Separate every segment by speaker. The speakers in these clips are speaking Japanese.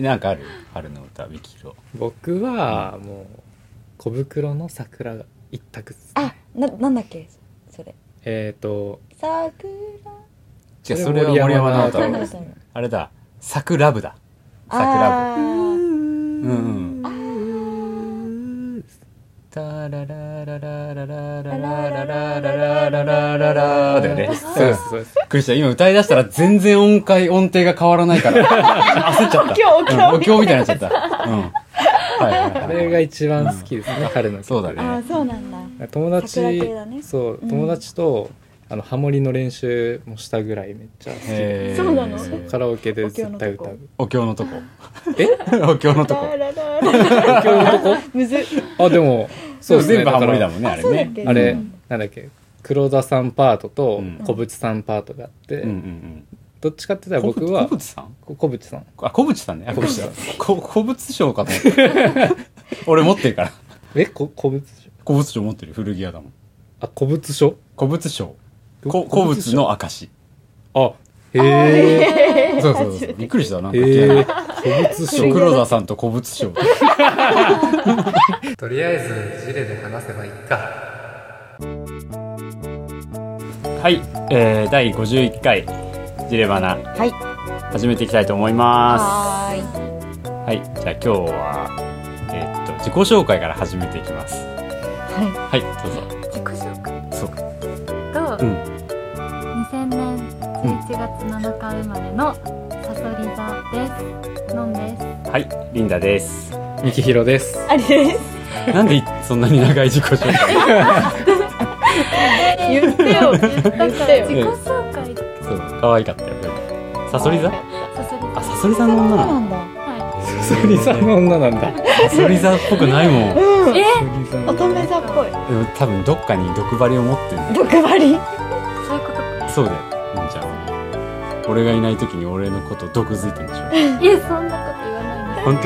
Speaker 1: なんかある春の歌、ミキヒロ。
Speaker 2: 僕はもう小袋の桜が一択っすね
Speaker 3: あななんだっけそれ
Speaker 2: えっ、ー、と
Speaker 3: 桜
Speaker 1: 違う、それは森山直太
Speaker 2: 桜
Speaker 1: 朗
Speaker 2: で
Speaker 1: ですす
Speaker 3: ね
Speaker 1: ね。あれだ、サクラブだ。桜
Speaker 3: あ
Speaker 1: うんうん。
Speaker 2: うん
Speaker 1: タラララララララララララララララだよね。
Speaker 2: そうですそうです
Speaker 1: びっくりした。今歌い出したら全然音階、音程が変わらない から。焦っちゃった。
Speaker 3: お経
Speaker 1: うんお経みたいになっちゃった。うん。はいはいはい
Speaker 2: あれが一番好きですね、春の曲
Speaker 1: そうだね
Speaker 3: ーあーそうなんだ
Speaker 2: 友達、
Speaker 3: 桜系だね
Speaker 2: そう
Speaker 3: うん
Speaker 2: 友達と、あのハモリの練習もしたぐらいめっちゃ好きで
Speaker 1: へー
Speaker 3: そうなの
Speaker 2: そうカラオケで絶対歌う
Speaker 1: お経のとこ。
Speaker 2: え
Speaker 1: お経のとこ。
Speaker 3: ララララ
Speaker 2: 東京のとこ
Speaker 3: むずっ
Speaker 2: あでもそうですね
Speaker 1: 全部ハモリだ
Speaker 2: ん
Speaker 1: もんね、あれ
Speaker 3: そうだっ
Speaker 1: ね。
Speaker 3: け
Speaker 2: あれ、
Speaker 3: うん
Speaker 2: なんだっけ黒田さんパートと
Speaker 1: うん
Speaker 2: 小渕さんパートがあって、
Speaker 1: うんうん
Speaker 2: どっちかって言
Speaker 1: う
Speaker 2: っ
Speaker 1: ん。
Speaker 2: たら僕は
Speaker 1: 小渕さん
Speaker 2: こ小渕さん
Speaker 1: あ、小渕さんね。あ、小
Speaker 2: 小
Speaker 1: 渕さ
Speaker 2: 渕さ
Speaker 1: ん
Speaker 2: ん。
Speaker 1: こ小渕賞かと思った。 俺持ってるから。
Speaker 2: えこ小渕賞
Speaker 1: 古物賞持ってる古着屋だもん
Speaker 2: あ古物書
Speaker 1: 古物賞こ
Speaker 2: こ
Speaker 1: 古物の証
Speaker 2: あへえ
Speaker 1: そうそうそうびっくりしたなんか
Speaker 2: へ え
Speaker 1: 急に
Speaker 2: 古物書
Speaker 1: 黒田さんと古物賞
Speaker 4: とりあえずジレで話せばいいか
Speaker 1: はい、えー、第51回ジレバナ
Speaker 3: はい
Speaker 1: 始めていきたいと思いま
Speaker 3: はーい
Speaker 1: すはいじゃあ今日はえーっと自己紹介から始めていきます
Speaker 3: は
Speaker 1: はいどうぞ
Speaker 5: 自己紹介
Speaker 1: そうか
Speaker 5: と、
Speaker 1: うん
Speaker 5: 2000年11月7日生まれのサソリ座です。のんです。
Speaker 1: はいリンダです
Speaker 2: 三木ひろです
Speaker 3: いありです
Speaker 1: なんでいそんなに長い自己紹介
Speaker 3: 言ってよ
Speaker 5: だから自己
Speaker 1: よ
Speaker 5: 紹介
Speaker 1: そう可愛かったよサソリ座
Speaker 5: サソリ
Speaker 1: あサソリ座の女な
Speaker 3: そうな
Speaker 1: の
Speaker 3: んだ
Speaker 5: は
Speaker 2: サソリさんの女なんだ
Speaker 1: サソリ座っぽくないもんで
Speaker 3: うん
Speaker 5: え
Speaker 2: サソリさんの
Speaker 3: 乙女座っぽい
Speaker 1: も多分どっかに毒針を持ってるんだよ
Speaker 3: 毒針
Speaker 5: い、そういうことか。
Speaker 1: そうだよ、りんちゃんは。俺がいない時に俺のこと毒づいてるんでしょ。
Speaker 5: いえ、そんなこと言わないで
Speaker 1: 本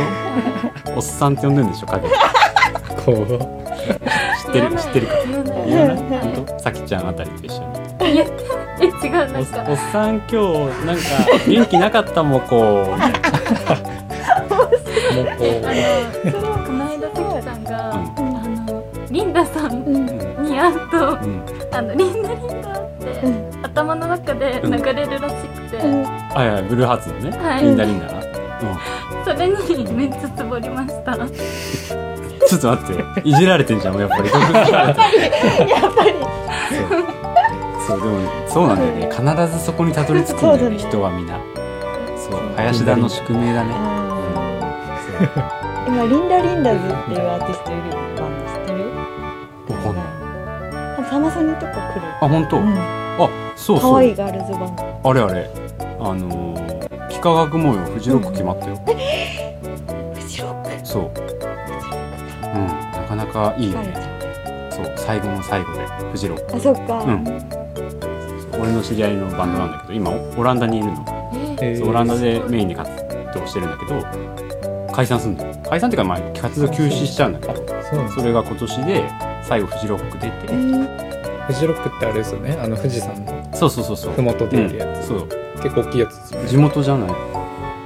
Speaker 1: 当？おっさんって呼んでるんでしょ、影。知
Speaker 2: こ
Speaker 5: す。
Speaker 1: ってる知ってるか。
Speaker 5: 言わない。
Speaker 1: 言
Speaker 5: 言
Speaker 1: わ
Speaker 5: わ
Speaker 1: な
Speaker 5: ないい。
Speaker 1: 本当？さきちゃんあたりと一緒に。
Speaker 5: いやえ、違う、
Speaker 1: お
Speaker 5: なん
Speaker 1: っお
Speaker 5: か。
Speaker 1: っさん今日なんか元気なかったもんこうみたいな。
Speaker 2: うもうこう
Speaker 5: あの、この間、さきちゃんが、あの、リンダさん
Speaker 3: うん
Speaker 5: に会うと、
Speaker 1: うんうん。
Speaker 5: あの、リンダリンダって、
Speaker 3: うん
Speaker 5: 頭の中で流れるらしくて、
Speaker 3: うん
Speaker 1: あいやブルーハーツの
Speaker 5: は
Speaker 1: ね。
Speaker 5: い
Speaker 1: リンダリンダな。
Speaker 5: それにめっちゃつぼりました。
Speaker 1: ちょっと待って、いじられてんじゃんやっぱり。毒づかれて
Speaker 3: やっぱり
Speaker 1: るそうでもそうなんだよね。必ずそこにたどり着くんだ
Speaker 3: そ
Speaker 1: よ
Speaker 3: うだ
Speaker 1: ね
Speaker 3: ね
Speaker 1: 人はみんな。そう林田の宿命だね。
Speaker 3: 今リンダ・リンダズっていうアーティストいるバンド知ってる
Speaker 1: わかんない。
Speaker 3: サマソニとか来る
Speaker 1: あ本当。
Speaker 3: うん
Speaker 1: あそう
Speaker 3: 可
Speaker 1: そ
Speaker 3: 愛いうガールズバンド
Speaker 1: あれあれあのー、幾何学模様フジロック決まったよ、
Speaker 3: フジロック
Speaker 1: そううんなかなかいいよ
Speaker 3: 疲れち
Speaker 1: ね
Speaker 3: ゃ
Speaker 1: そう最後の最後でフジロック
Speaker 3: うあそっか
Speaker 1: うん俺の知り合いのバンドなんだけど今オランダにいるの、
Speaker 5: え
Speaker 2: え
Speaker 1: そうオランダでメインに活動してるんだけど解散すんだよ解散っていうかまあ活動休止しちゃうんだけど
Speaker 2: そうなんです
Speaker 1: それが今年で最後フジロック出て、
Speaker 3: うん
Speaker 2: フジロックってあれですよねあの富士山の
Speaker 1: そうそうそうそう、
Speaker 2: ふもと
Speaker 1: う
Speaker 2: でいるや
Speaker 1: ん、そう
Speaker 2: つ、結構大きいやつですよね
Speaker 1: 地元じゃない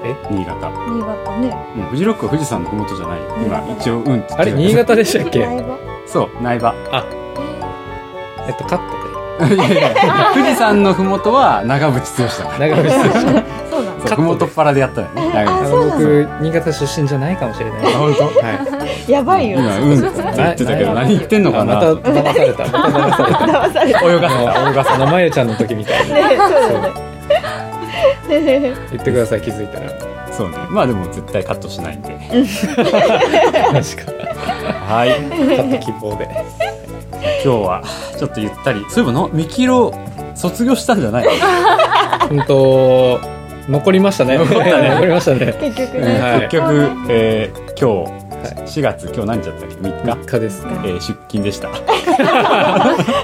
Speaker 2: え
Speaker 1: 新潟、
Speaker 3: 新潟ね
Speaker 1: うん、フジロックは富士山の麓じゃない今一応うんって言ってる
Speaker 2: あれ新潟でしたっけ
Speaker 3: 苗場
Speaker 1: そう苗場
Speaker 2: えっとカッ
Speaker 1: いやいや富士山のふもとは長渕剛だ
Speaker 2: トで長渕剛
Speaker 3: そうなん
Speaker 1: そうふもとっぱらでやったよね長
Speaker 2: あ
Speaker 1: 渕
Speaker 3: そうな
Speaker 2: の
Speaker 3: の
Speaker 2: 僕新潟出身じゃないかもしれない
Speaker 1: あ本当
Speaker 2: は
Speaker 3: やばいよ
Speaker 1: 今うんって言ってたけど何言ってん
Speaker 2: い
Speaker 1: のかな
Speaker 2: また騙されたまた騙された
Speaker 3: 騙さ れた
Speaker 1: 泳がせた泳がせ
Speaker 2: あのまゆちゃんの時みたいな
Speaker 3: ねそうだね
Speaker 2: 言ってください気づいたら
Speaker 1: たそうねまあでも絶対カットしないんで
Speaker 2: 確か
Speaker 1: はい
Speaker 2: カット希望で
Speaker 1: 今日はちょっとゆったりそういえばのミキロ卒業したんじゃない
Speaker 2: 本当残りましたね
Speaker 1: 残ったね
Speaker 2: 残りましたね
Speaker 3: 結局
Speaker 2: うん
Speaker 3: ね
Speaker 2: はい
Speaker 1: 結局えー今
Speaker 2: は
Speaker 1: 日4月今日何日だったっけ3日
Speaker 2: 3日ですね
Speaker 1: えー出勤でした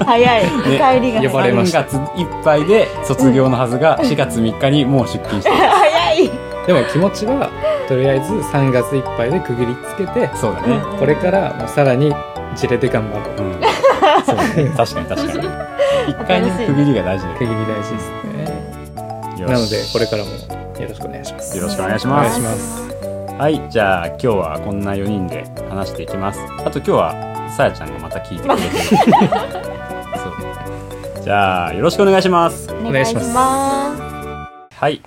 Speaker 3: 早い
Speaker 1: ね
Speaker 3: 帰りが
Speaker 2: 呼ば
Speaker 3: 早い
Speaker 2: れました
Speaker 1: 3月いっぱいで卒業のはずが4月3日にもう出勤してる
Speaker 3: 早い
Speaker 2: でも気持ちはとりあえず3月いっぱいで区切りつけて
Speaker 1: そうだね
Speaker 2: これからもうさらにジレで頑張ろう
Speaker 1: うん、そうね、確かに確かに。一回に区切りが大事だよ
Speaker 2: 区切り大事ですね
Speaker 1: よし
Speaker 2: なのでこれからもよろしくお願いします
Speaker 1: よろしくお願いします
Speaker 2: お願いします
Speaker 1: はいじゃあ今日はこんな4人で話していきますあと今日はさやちゃんがまた聞いてくれてるそうじゃあよろしくお願いします
Speaker 2: お願いします
Speaker 6: ます
Speaker 1: はい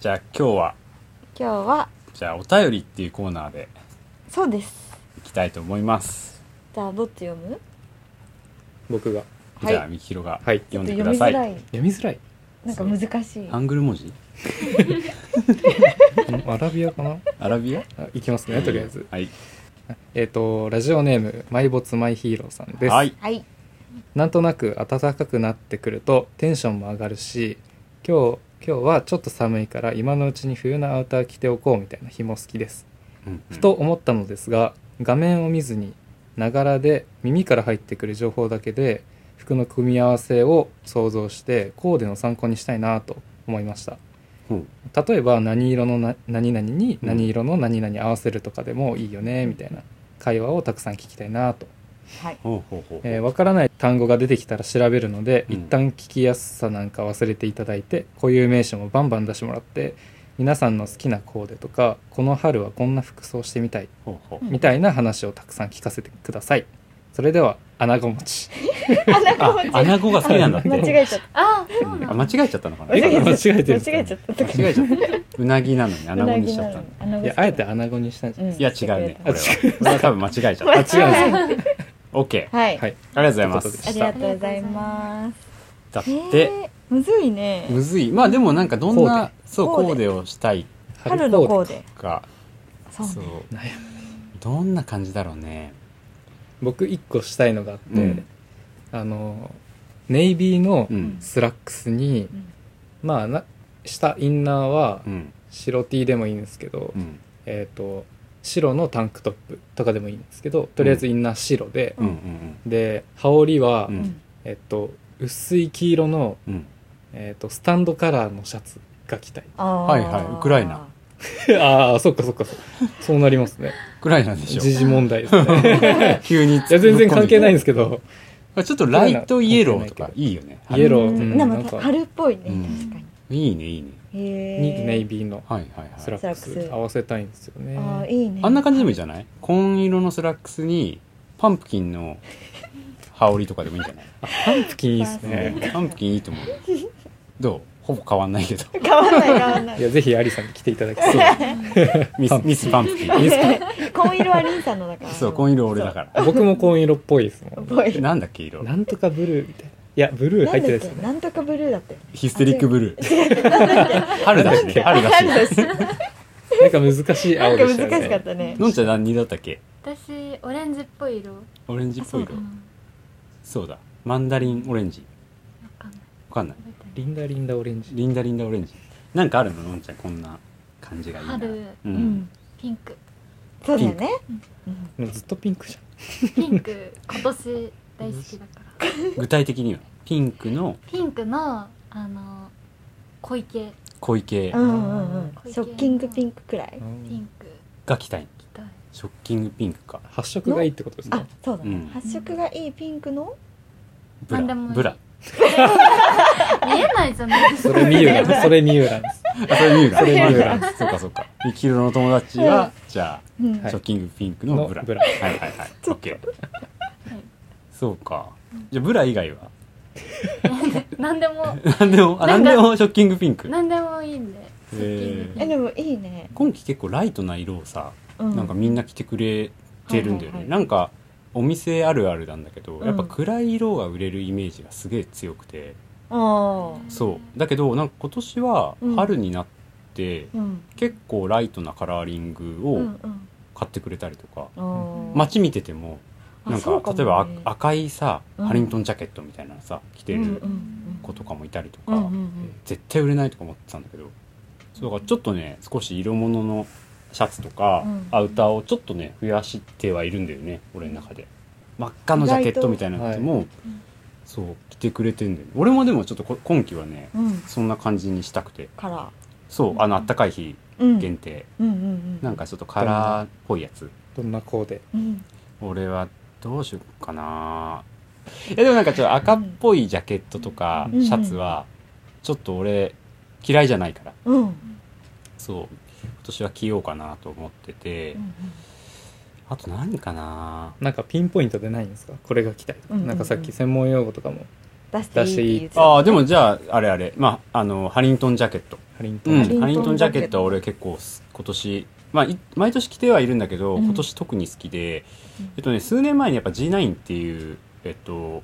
Speaker 1: じゃあ今日は
Speaker 6: 今日は
Speaker 1: じゃあお便りっていうコーナーで
Speaker 6: そうです
Speaker 1: いきたいと思います、
Speaker 6: じゃあどっち読む
Speaker 2: 僕が
Speaker 6: はい
Speaker 1: じゃあみきひろが
Speaker 2: はい
Speaker 1: 読んでください、
Speaker 6: ちょっと読みづら
Speaker 2: 読みづらい
Speaker 6: いなんか難しい
Speaker 1: ハングル文字
Speaker 2: アラビアかな
Speaker 1: アラビア
Speaker 2: あいきますねとりあえず
Speaker 1: はい
Speaker 2: えっ、とラジオネームマイボツマイヒーローさんです、
Speaker 1: はい
Speaker 6: はい
Speaker 2: なんとなく暖かくなってくるとテンションも上がるし今日今日はちょっと寒いから今のうちに冬のアウター着ておこうみたいな日も好きです
Speaker 1: うんうん
Speaker 2: ふと思ったのですが画面を見ずにながらで耳から入ってくる情報だけで服の組み合わせを想像してコーデの参考にしたいなと思いました
Speaker 1: うん
Speaker 2: 例えば何色のな何々に何色の何々合わせるとかでもいいよねみたいな会話をたくさん聞きたいなと
Speaker 6: はい
Speaker 1: ほうほうほう、
Speaker 2: えーわからない単語が出てきたら調べるので、
Speaker 1: うん
Speaker 2: 一旦聞きやすさなんか忘れていただいて固有名詞もバンバン出してもらって皆さんの好きなコーデとかこの春はこんな服装してみたい
Speaker 1: ほうほう
Speaker 2: みたいな話をたくさん聞かせてくださいそれでは穴子持ち
Speaker 6: あなんか
Speaker 1: あ
Speaker 6: 間違、
Speaker 1: アナゴが好きなんだって。
Speaker 6: 間違えちゃっ
Speaker 5: あそうな
Speaker 1: あ、
Speaker 5: の
Speaker 1: 間違えちゃったのかな。
Speaker 6: た間違えちゃった
Speaker 2: 間違えてる
Speaker 6: 間違えちゃったとか
Speaker 1: 間違えちゃった。うなぎなのに、アナゴにしちゃったの。
Speaker 6: うなぎなの
Speaker 2: いやあえて穴子にしたんじゃない
Speaker 1: いや、違うね。こ
Speaker 6: あ
Speaker 1: れは。これは多分間違えちゃっ
Speaker 6: 間
Speaker 1: た。
Speaker 6: 違えた
Speaker 1: オッケー。あ
Speaker 6: は
Speaker 2: はいい
Speaker 1: りがとうございま
Speaker 2: というこ
Speaker 1: す。
Speaker 6: ありがとうございます
Speaker 1: だっ
Speaker 6: え
Speaker 1: て、
Speaker 6: ーむずいね
Speaker 1: むずい。まあ、でも、なんか、どんな、そう、
Speaker 6: コーデ
Speaker 1: コーデをしたい
Speaker 6: 春のコー
Speaker 2: デ
Speaker 6: デ
Speaker 1: か。
Speaker 6: そう
Speaker 1: そう。
Speaker 2: 悩む
Speaker 1: どんな感じだろうね。
Speaker 2: 僕一個したいのがあって、
Speaker 1: うん
Speaker 2: あのネイビーの
Speaker 1: うん。
Speaker 2: スラックスに、
Speaker 6: ん
Speaker 2: まあな下インナーは
Speaker 1: うん。
Speaker 2: 白 T でもいいんですけど、
Speaker 1: うん。
Speaker 2: えっ、と白のタンクトップとかでもいいんですけどとりあえずインナー白で
Speaker 1: う、ん。うん。
Speaker 2: で羽織は、
Speaker 1: うん。うん。
Speaker 2: えっと薄い黄色の、
Speaker 1: うん。
Speaker 2: えっとスタンドカラーのシャツが 着たい
Speaker 1: は
Speaker 6: はい
Speaker 1: はいウクライナ
Speaker 2: ああそっかそっかそうなりますね
Speaker 1: くらいなんでしょ
Speaker 2: 時事問題 ですね
Speaker 1: 急に。い
Speaker 2: いや全然関係ないんですすけど
Speaker 1: ちょっとライトイエローとか、いいよね。
Speaker 2: イエロー、
Speaker 6: う、
Speaker 2: うんん、
Speaker 6: な
Speaker 2: なんん
Speaker 6: か
Speaker 2: か
Speaker 6: 春っぽいね、
Speaker 1: うん
Speaker 6: 確か
Speaker 1: いいね、いいね。
Speaker 6: にへ
Speaker 2: にネイ
Speaker 6: ビ
Speaker 2: ビーの
Speaker 1: はい、はい、はい
Speaker 2: ス。ラック
Speaker 6: スラック
Speaker 2: ス
Speaker 6: ス
Speaker 2: 合わせたいんですよね
Speaker 6: あーいいね
Speaker 1: あんな感じでもいいじゃない紺色のスラックスにパンプキンの羽織とかでもいいんじゃない、
Speaker 2: パンプキンいいです
Speaker 1: ね
Speaker 2: ね
Speaker 1: えパンプキンいいと思うどうほぼ変わんないけ ど
Speaker 6: 変わらない変わらない
Speaker 2: いやぜひアリさんに来ていただきたい
Speaker 1: ミスミスパンプキン
Speaker 6: 紺色はリンさんのだから
Speaker 1: そう紺色俺だか
Speaker 2: 僕も紺色っぽいですも
Speaker 6: っ
Speaker 2: ん
Speaker 6: ぽい
Speaker 1: らなんだっけ色
Speaker 2: なんとかブルーみたいないやブルー
Speaker 6: な
Speaker 2: 入
Speaker 6: ん
Speaker 2: ってる
Speaker 6: だっ
Speaker 2: です
Speaker 6: け
Speaker 2: よね
Speaker 6: なんとかブルーだって
Speaker 1: ヒステリックブルー 春だしね春だしね
Speaker 2: なんか難しい
Speaker 6: な
Speaker 2: 青
Speaker 6: んか
Speaker 2: でしたよ
Speaker 6: 難しか
Speaker 2: ね。
Speaker 6: ったね
Speaker 1: のんちゃん何だったっけ
Speaker 5: 私オレンジっぽい色
Speaker 1: オレンジっぽい色
Speaker 5: うん
Speaker 1: そうだマンダリンオレンジ
Speaker 5: わかんない
Speaker 1: わかんない
Speaker 5: 覚えて
Speaker 2: リンダリンダオレンジ。
Speaker 1: リンダリンダオレンジなんかあるののんちゃんこんな感じがいいな
Speaker 5: 春
Speaker 1: う
Speaker 6: うんん
Speaker 5: ピンク
Speaker 6: そうだよね
Speaker 2: もうずっとピンクじ
Speaker 5: ピンク今年大好きだから
Speaker 1: 具体的にはピンクの
Speaker 5: ピンクのあの小池
Speaker 1: 小池
Speaker 6: うんうんうんショッキングピンクくらい
Speaker 2: ゃん。
Speaker 5: ピンク
Speaker 1: が着たい
Speaker 5: 着たい
Speaker 1: ショッキングピンクか
Speaker 2: 発色がいいってことです
Speaker 6: あ
Speaker 2: ね。
Speaker 6: そうだ
Speaker 1: うん
Speaker 6: ね発色がいいピンクの
Speaker 1: ブラ
Speaker 5: なんでもいい
Speaker 1: ブラ
Speaker 5: 見えないじゃないです
Speaker 2: そ
Speaker 5: か
Speaker 2: れ ミューラン、それミューランです。
Speaker 1: あそれミューラ
Speaker 2: それミュー
Speaker 1: ラそうかそうかミキルの友達はじゃ
Speaker 6: う
Speaker 1: あ、
Speaker 6: ん
Speaker 2: はい
Speaker 1: ショッキングピンクのブラ
Speaker 2: のブラ
Speaker 1: はいはいはいオッケーそうかじゃあブラ以外は
Speaker 5: 何でも
Speaker 1: 何でもあ
Speaker 5: な
Speaker 1: 何
Speaker 5: んか
Speaker 1: でもショッキングピンク
Speaker 5: 何でもいいんで
Speaker 1: えー
Speaker 6: えでもいいね
Speaker 1: 今季結構ライトな色をさ
Speaker 6: うん
Speaker 1: なんかみんな着てくれてるんだよ
Speaker 6: はいはいは
Speaker 1: ね
Speaker 6: い
Speaker 1: なんかお店あるあるなんだけど
Speaker 6: うん
Speaker 1: やっぱ暗い色が売れるイメージがすげえ強くて
Speaker 6: あ
Speaker 1: そうだけどなんか今年は
Speaker 6: うん
Speaker 1: 春になって
Speaker 6: ーうん
Speaker 1: 結構ライトなカラーリング
Speaker 6: うんう
Speaker 1: を
Speaker 6: ん
Speaker 1: 買ってくれたりとか、
Speaker 6: あー
Speaker 1: 街見てても
Speaker 6: あ
Speaker 1: なんか
Speaker 6: そうかも
Speaker 1: 例
Speaker 6: ね
Speaker 1: えばあ赤いさ
Speaker 6: うん
Speaker 1: ハリントンジャケットみたいなのさ着て
Speaker 6: うんうん
Speaker 1: る
Speaker 6: うん
Speaker 1: 子とかもいたりと
Speaker 6: うんう
Speaker 1: か
Speaker 6: んうん
Speaker 1: 絶対売れないとか思ってたんだけどそうだからちょっとね少し色物のシャツとか
Speaker 6: うん
Speaker 1: アウターをちょっとね増やしてはいるんだよね俺の中で真っ赤のジャケットみたいなのも、そう着てくれてんだよね俺もでもちょっとこ今季はね
Speaker 6: うん
Speaker 1: そんな感じにしたくて
Speaker 6: カラ
Speaker 1: そうあのあったかい日
Speaker 6: ーうん
Speaker 1: 限定、
Speaker 6: うんうん
Speaker 1: なんかちょっとカラーっぽいやつ
Speaker 2: どんなコーデ。
Speaker 6: うんうん
Speaker 1: 俺はどうしようかないやでもなんかちょっと赤っぽいジャケットとか
Speaker 6: うん
Speaker 1: シャツはちょっと俺嫌いじゃないから
Speaker 6: うん
Speaker 1: そう年は着ようかなと思ってて、あと何かな
Speaker 2: なんかピンポイントでないんですかこれが来たいとか、
Speaker 6: うんうんうん
Speaker 2: なんかさっき専門用語とかも
Speaker 6: 出していいって言ってた
Speaker 1: ああでもじゃああれあれまああのハリントンジャケット、
Speaker 2: ハリント
Speaker 1: う
Speaker 2: ン
Speaker 1: ん
Speaker 2: ジャケット、
Speaker 1: ハリントンジャケットは俺結構す今年まあ、い毎年着てはいるんだけど、
Speaker 6: うん
Speaker 1: 今年特に好きで、
Speaker 6: うん
Speaker 1: えっとね、数年前にやっぱ G9 っていう、えっと、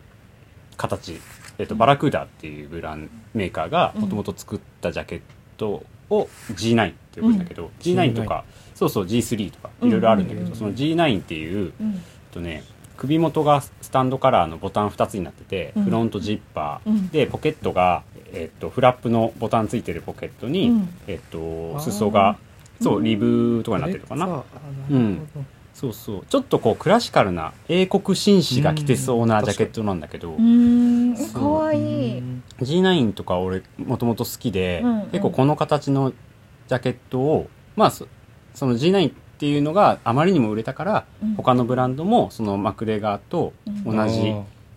Speaker 1: 形、えっと、バラクーダっていうブランメーカーが
Speaker 6: うん
Speaker 1: もともと作ったジャケットを G9 って呼ぶんだけど、G9 とかそうそう G3 とかいろいろあるんだけど、
Speaker 6: うんうんうん
Speaker 1: その G9 っていう、
Speaker 6: うん
Speaker 1: えっとね、首元がスタンドカラーのボタン2つになってて、
Speaker 6: うん
Speaker 1: フロントジッパー、
Speaker 6: うん
Speaker 1: でポケットが、えっと、フラップのボタンついてるポケットに、
Speaker 6: うん
Speaker 1: えっ
Speaker 2: あー
Speaker 1: と、裾がそうリブとかになってるのかな。
Speaker 2: あ
Speaker 1: う
Speaker 2: なる
Speaker 1: ん
Speaker 2: ほど
Speaker 1: そうそうちょっとこうクラシカルな英国紳士が着てそうなジャケットなんだけど、
Speaker 6: うーん
Speaker 1: そう
Speaker 6: かわいい
Speaker 1: G9 とか俺もともと好きで、
Speaker 6: うんうん
Speaker 1: 結構この形のジャケットをまあそその G9 っていうのがあまりにも売れたから
Speaker 6: うん
Speaker 1: 他のブランドもそのマクレガーと
Speaker 6: うん
Speaker 1: 同じ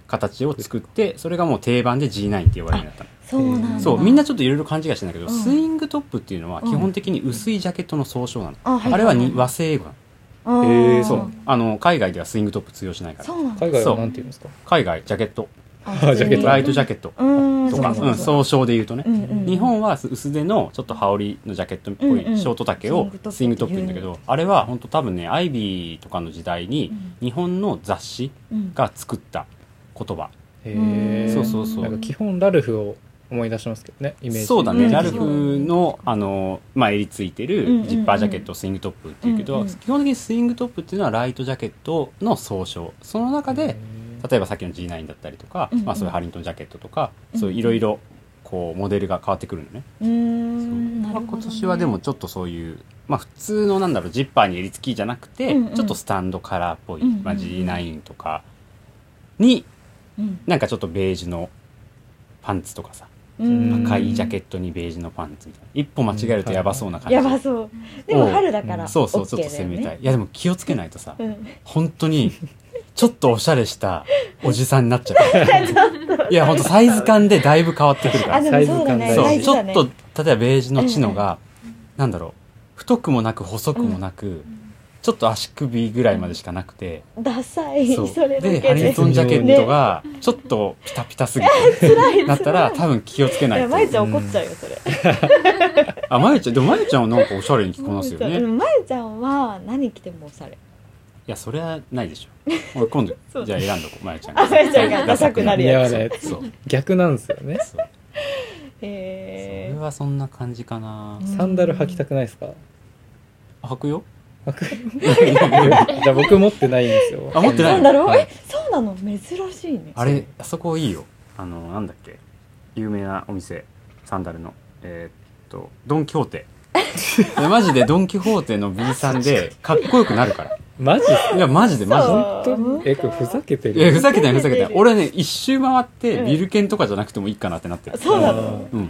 Speaker 1: 形を作ってそれがもう定番で G9 って呼ばれるようになっ
Speaker 6: そうなん
Speaker 1: た
Speaker 6: だ
Speaker 1: そうみんなちょっといろいろ勘違いしてんだけど、
Speaker 6: うん
Speaker 1: スイングトップっていうのは基本的に薄いジャケットの総称なの、
Speaker 6: あいい
Speaker 1: あれはに和製英語なの
Speaker 6: あー
Speaker 2: へー
Speaker 1: そ
Speaker 2: あ
Speaker 1: うあの海外ではスイングトップ通用しないから
Speaker 6: そうなんだ
Speaker 2: 海外はなんて言うんですか
Speaker 1: 海外ジャケット
Speaker 2: あジャケット
Speaker 1: ライトジャケット
Speaker 6: うん
Speaker 1: とか、、
Speaker 6: そううん
Speaker 1: 総称で言うとね、
Speaker 6: うんうん
Speaker 1: 日本は薄手のちょっと羽織のジャケットっぽ
Speaker 6: うんうん
Speaker 1: いショート丈をス
Speaker 6: ス
Speaker 1: イ
Speaker 6: イ
Speaker 1: ング
Speaker 6: ング
Speaker 1: ト
Speaker 6: ト
Speaker 1: ップって
Speaker 6: ップ
Speaker 1: 言うんだけどあれは本当多分ねアイビーとかの時代に日本の雑誌
Speaker 6: うん
Speaker 1: が作った言葉、
Speaker 2: へ
Speaker 6: う
Speaker 2: え
Speaker 6: ん
Speaker 1: そうそうそう
Speaker 2: なんか基本ラルフを思い出しますけどねイメージ
Speaker 1: そうだね、
Speaker 6: うん
Speaker 1: ラルフのあの、まあ、襟ついてるジッパージャケッ
Speaker 6: うんうんう
Speaker 1: トをスイングトップっていうけど、
Speaker 6: うんうん
Speaker 1: 基本的にスイングトップっていうのはライトジャケットの総称その中で、例えばさっきの G9 だったりとか、
Speaker 6: うんうん
Speaker 1: まあ、そういうハリントンジャケットとか、
Speaker 6: うん
Speaker 1: そういういろいろこうモデルが変わってくるのね、
Speaker 6: うー
Speaker 1: まあ今
Speaker 6: んなるほどね
Speaker 1: 年はでもちょっとそういう、まあ、普通のなんだろうジッパーに襟付きじゃなくて、
Speaker 6: うんうん
Speaker 1: ちょっとスタンドカラーっぽい、
Speaker 6: うんうん
Speaker 1: まあ、G9 とかに
Speaker 6: うん
Speaker 1: なんかちょっとベージュのパンツとかさ
Speaker 6: うん
Speaker 1: 赤いジャケットにベージュのパンツみたいな一歩間違えるとやばそうな感じ、
Speaker 6: やばそうでも春だから
Speaker 1: そうそう、
Speaker 6: OK
Speaker 1: ちょっと攻め
Speaker 6: だ
Speaker 1: た
Speaker 6: よ
Speaker 1: いいやでも気をつけないとさ、
Speaker 6: ね
Speaker 1: 本当にちょっとおしゃれしたおじさんになっちゃ ういや本当サイズ感でだいぶ変わってくる
Speaker 6: うん
Speaker 1: か
Speaker 6: あ
Speaker 1: ら
Speaker 6: で
Speaker 2: サイ
Speaker 6: も
Speaker 2: ズ
Speaker 6: そうだ
Speaker 2: 感
Speaker 6: ね
Speaker 1: そう
Speaker 2: 大
Speaker 6: 大
Speaker 1: ちょ
Speaker 6: 事だ
Speaker 1: っ
Speaker 6: ね
Speaker 1: と例えばベージュのチノが、なんだろう太くもなく細くもなく、ちょっと足首ぐらいまでしかなくて、
Speaker 6: ダサい
Speaker 1: そう
Speaker 6: それだ
Speaker 1: で
Speaker 6: け
Speaker 1: ハリ
Speaker 6: で
Speaker 1: ントンジャケットがちょっとピタピタ すぎて、なったら多分気をつけない
Speaker 6: やまゆち
Speaker 1: と
Speaker 6: ゃん怒っちゃうよそれ
Speaker 1: あまゆちゃんでもまゆちゃんはなんかおしゃれに着こなすよね、
Speaker 6: う
Speaker 1: い
Speaker 6: んまゆちゃんは何着てもおしゃれ
Speaker 1: やそれはないでしょ俺今度
Speaker 6: そう
Speaker 1: じゃあ選んどこうまゆちゃん
Speaker 6: あまゆちゃんがダサくなる
Speaker 2: や
Speaker 6: や
Speaker 2: つ
Speaker 6: つ
Speaker 2: ね
Speaker 1: そう
Speaker 2: 逆なんですよね
Speaker 1: そう
Speaker 6: へ
Speaker 1: それはそんな感じかな
Speaker 6: うん
Speaker 2: サンダル履きたくないですか
Speaker 1: 履くよ
Speaker 2: じゃあ僕持ってないんですよ
Speaker 1: あ持ってない
Speaker 6: なんだろう
Speaker 2: はい
Speaker 6: えそうなの珍しいね
Speaker 1: あれあそこいいよあのなんだっけ有名なお店サンダルのえーっとドン・キホーテ いやマジでドン・キホーテの B さんでかっこよくなるから
Speaker 2: マジっす
Speaker 1: いやマジでマジで
Speaker 6: そ
Speaker 2: 本当にえこれふざけて
Speaker 1: いやふ
Speaker 2: る
Speaker 1: ざけてないふざけてない
Speaker 6: ふざけてる
Speaker 1: 俺ね一周回って
Speaker 6: うん
Speaker 1: ビル券とかじゃなくてもいいかなってなってる
Speaker 6: そうなの
Speaker 2: あ
Speaker 1: うん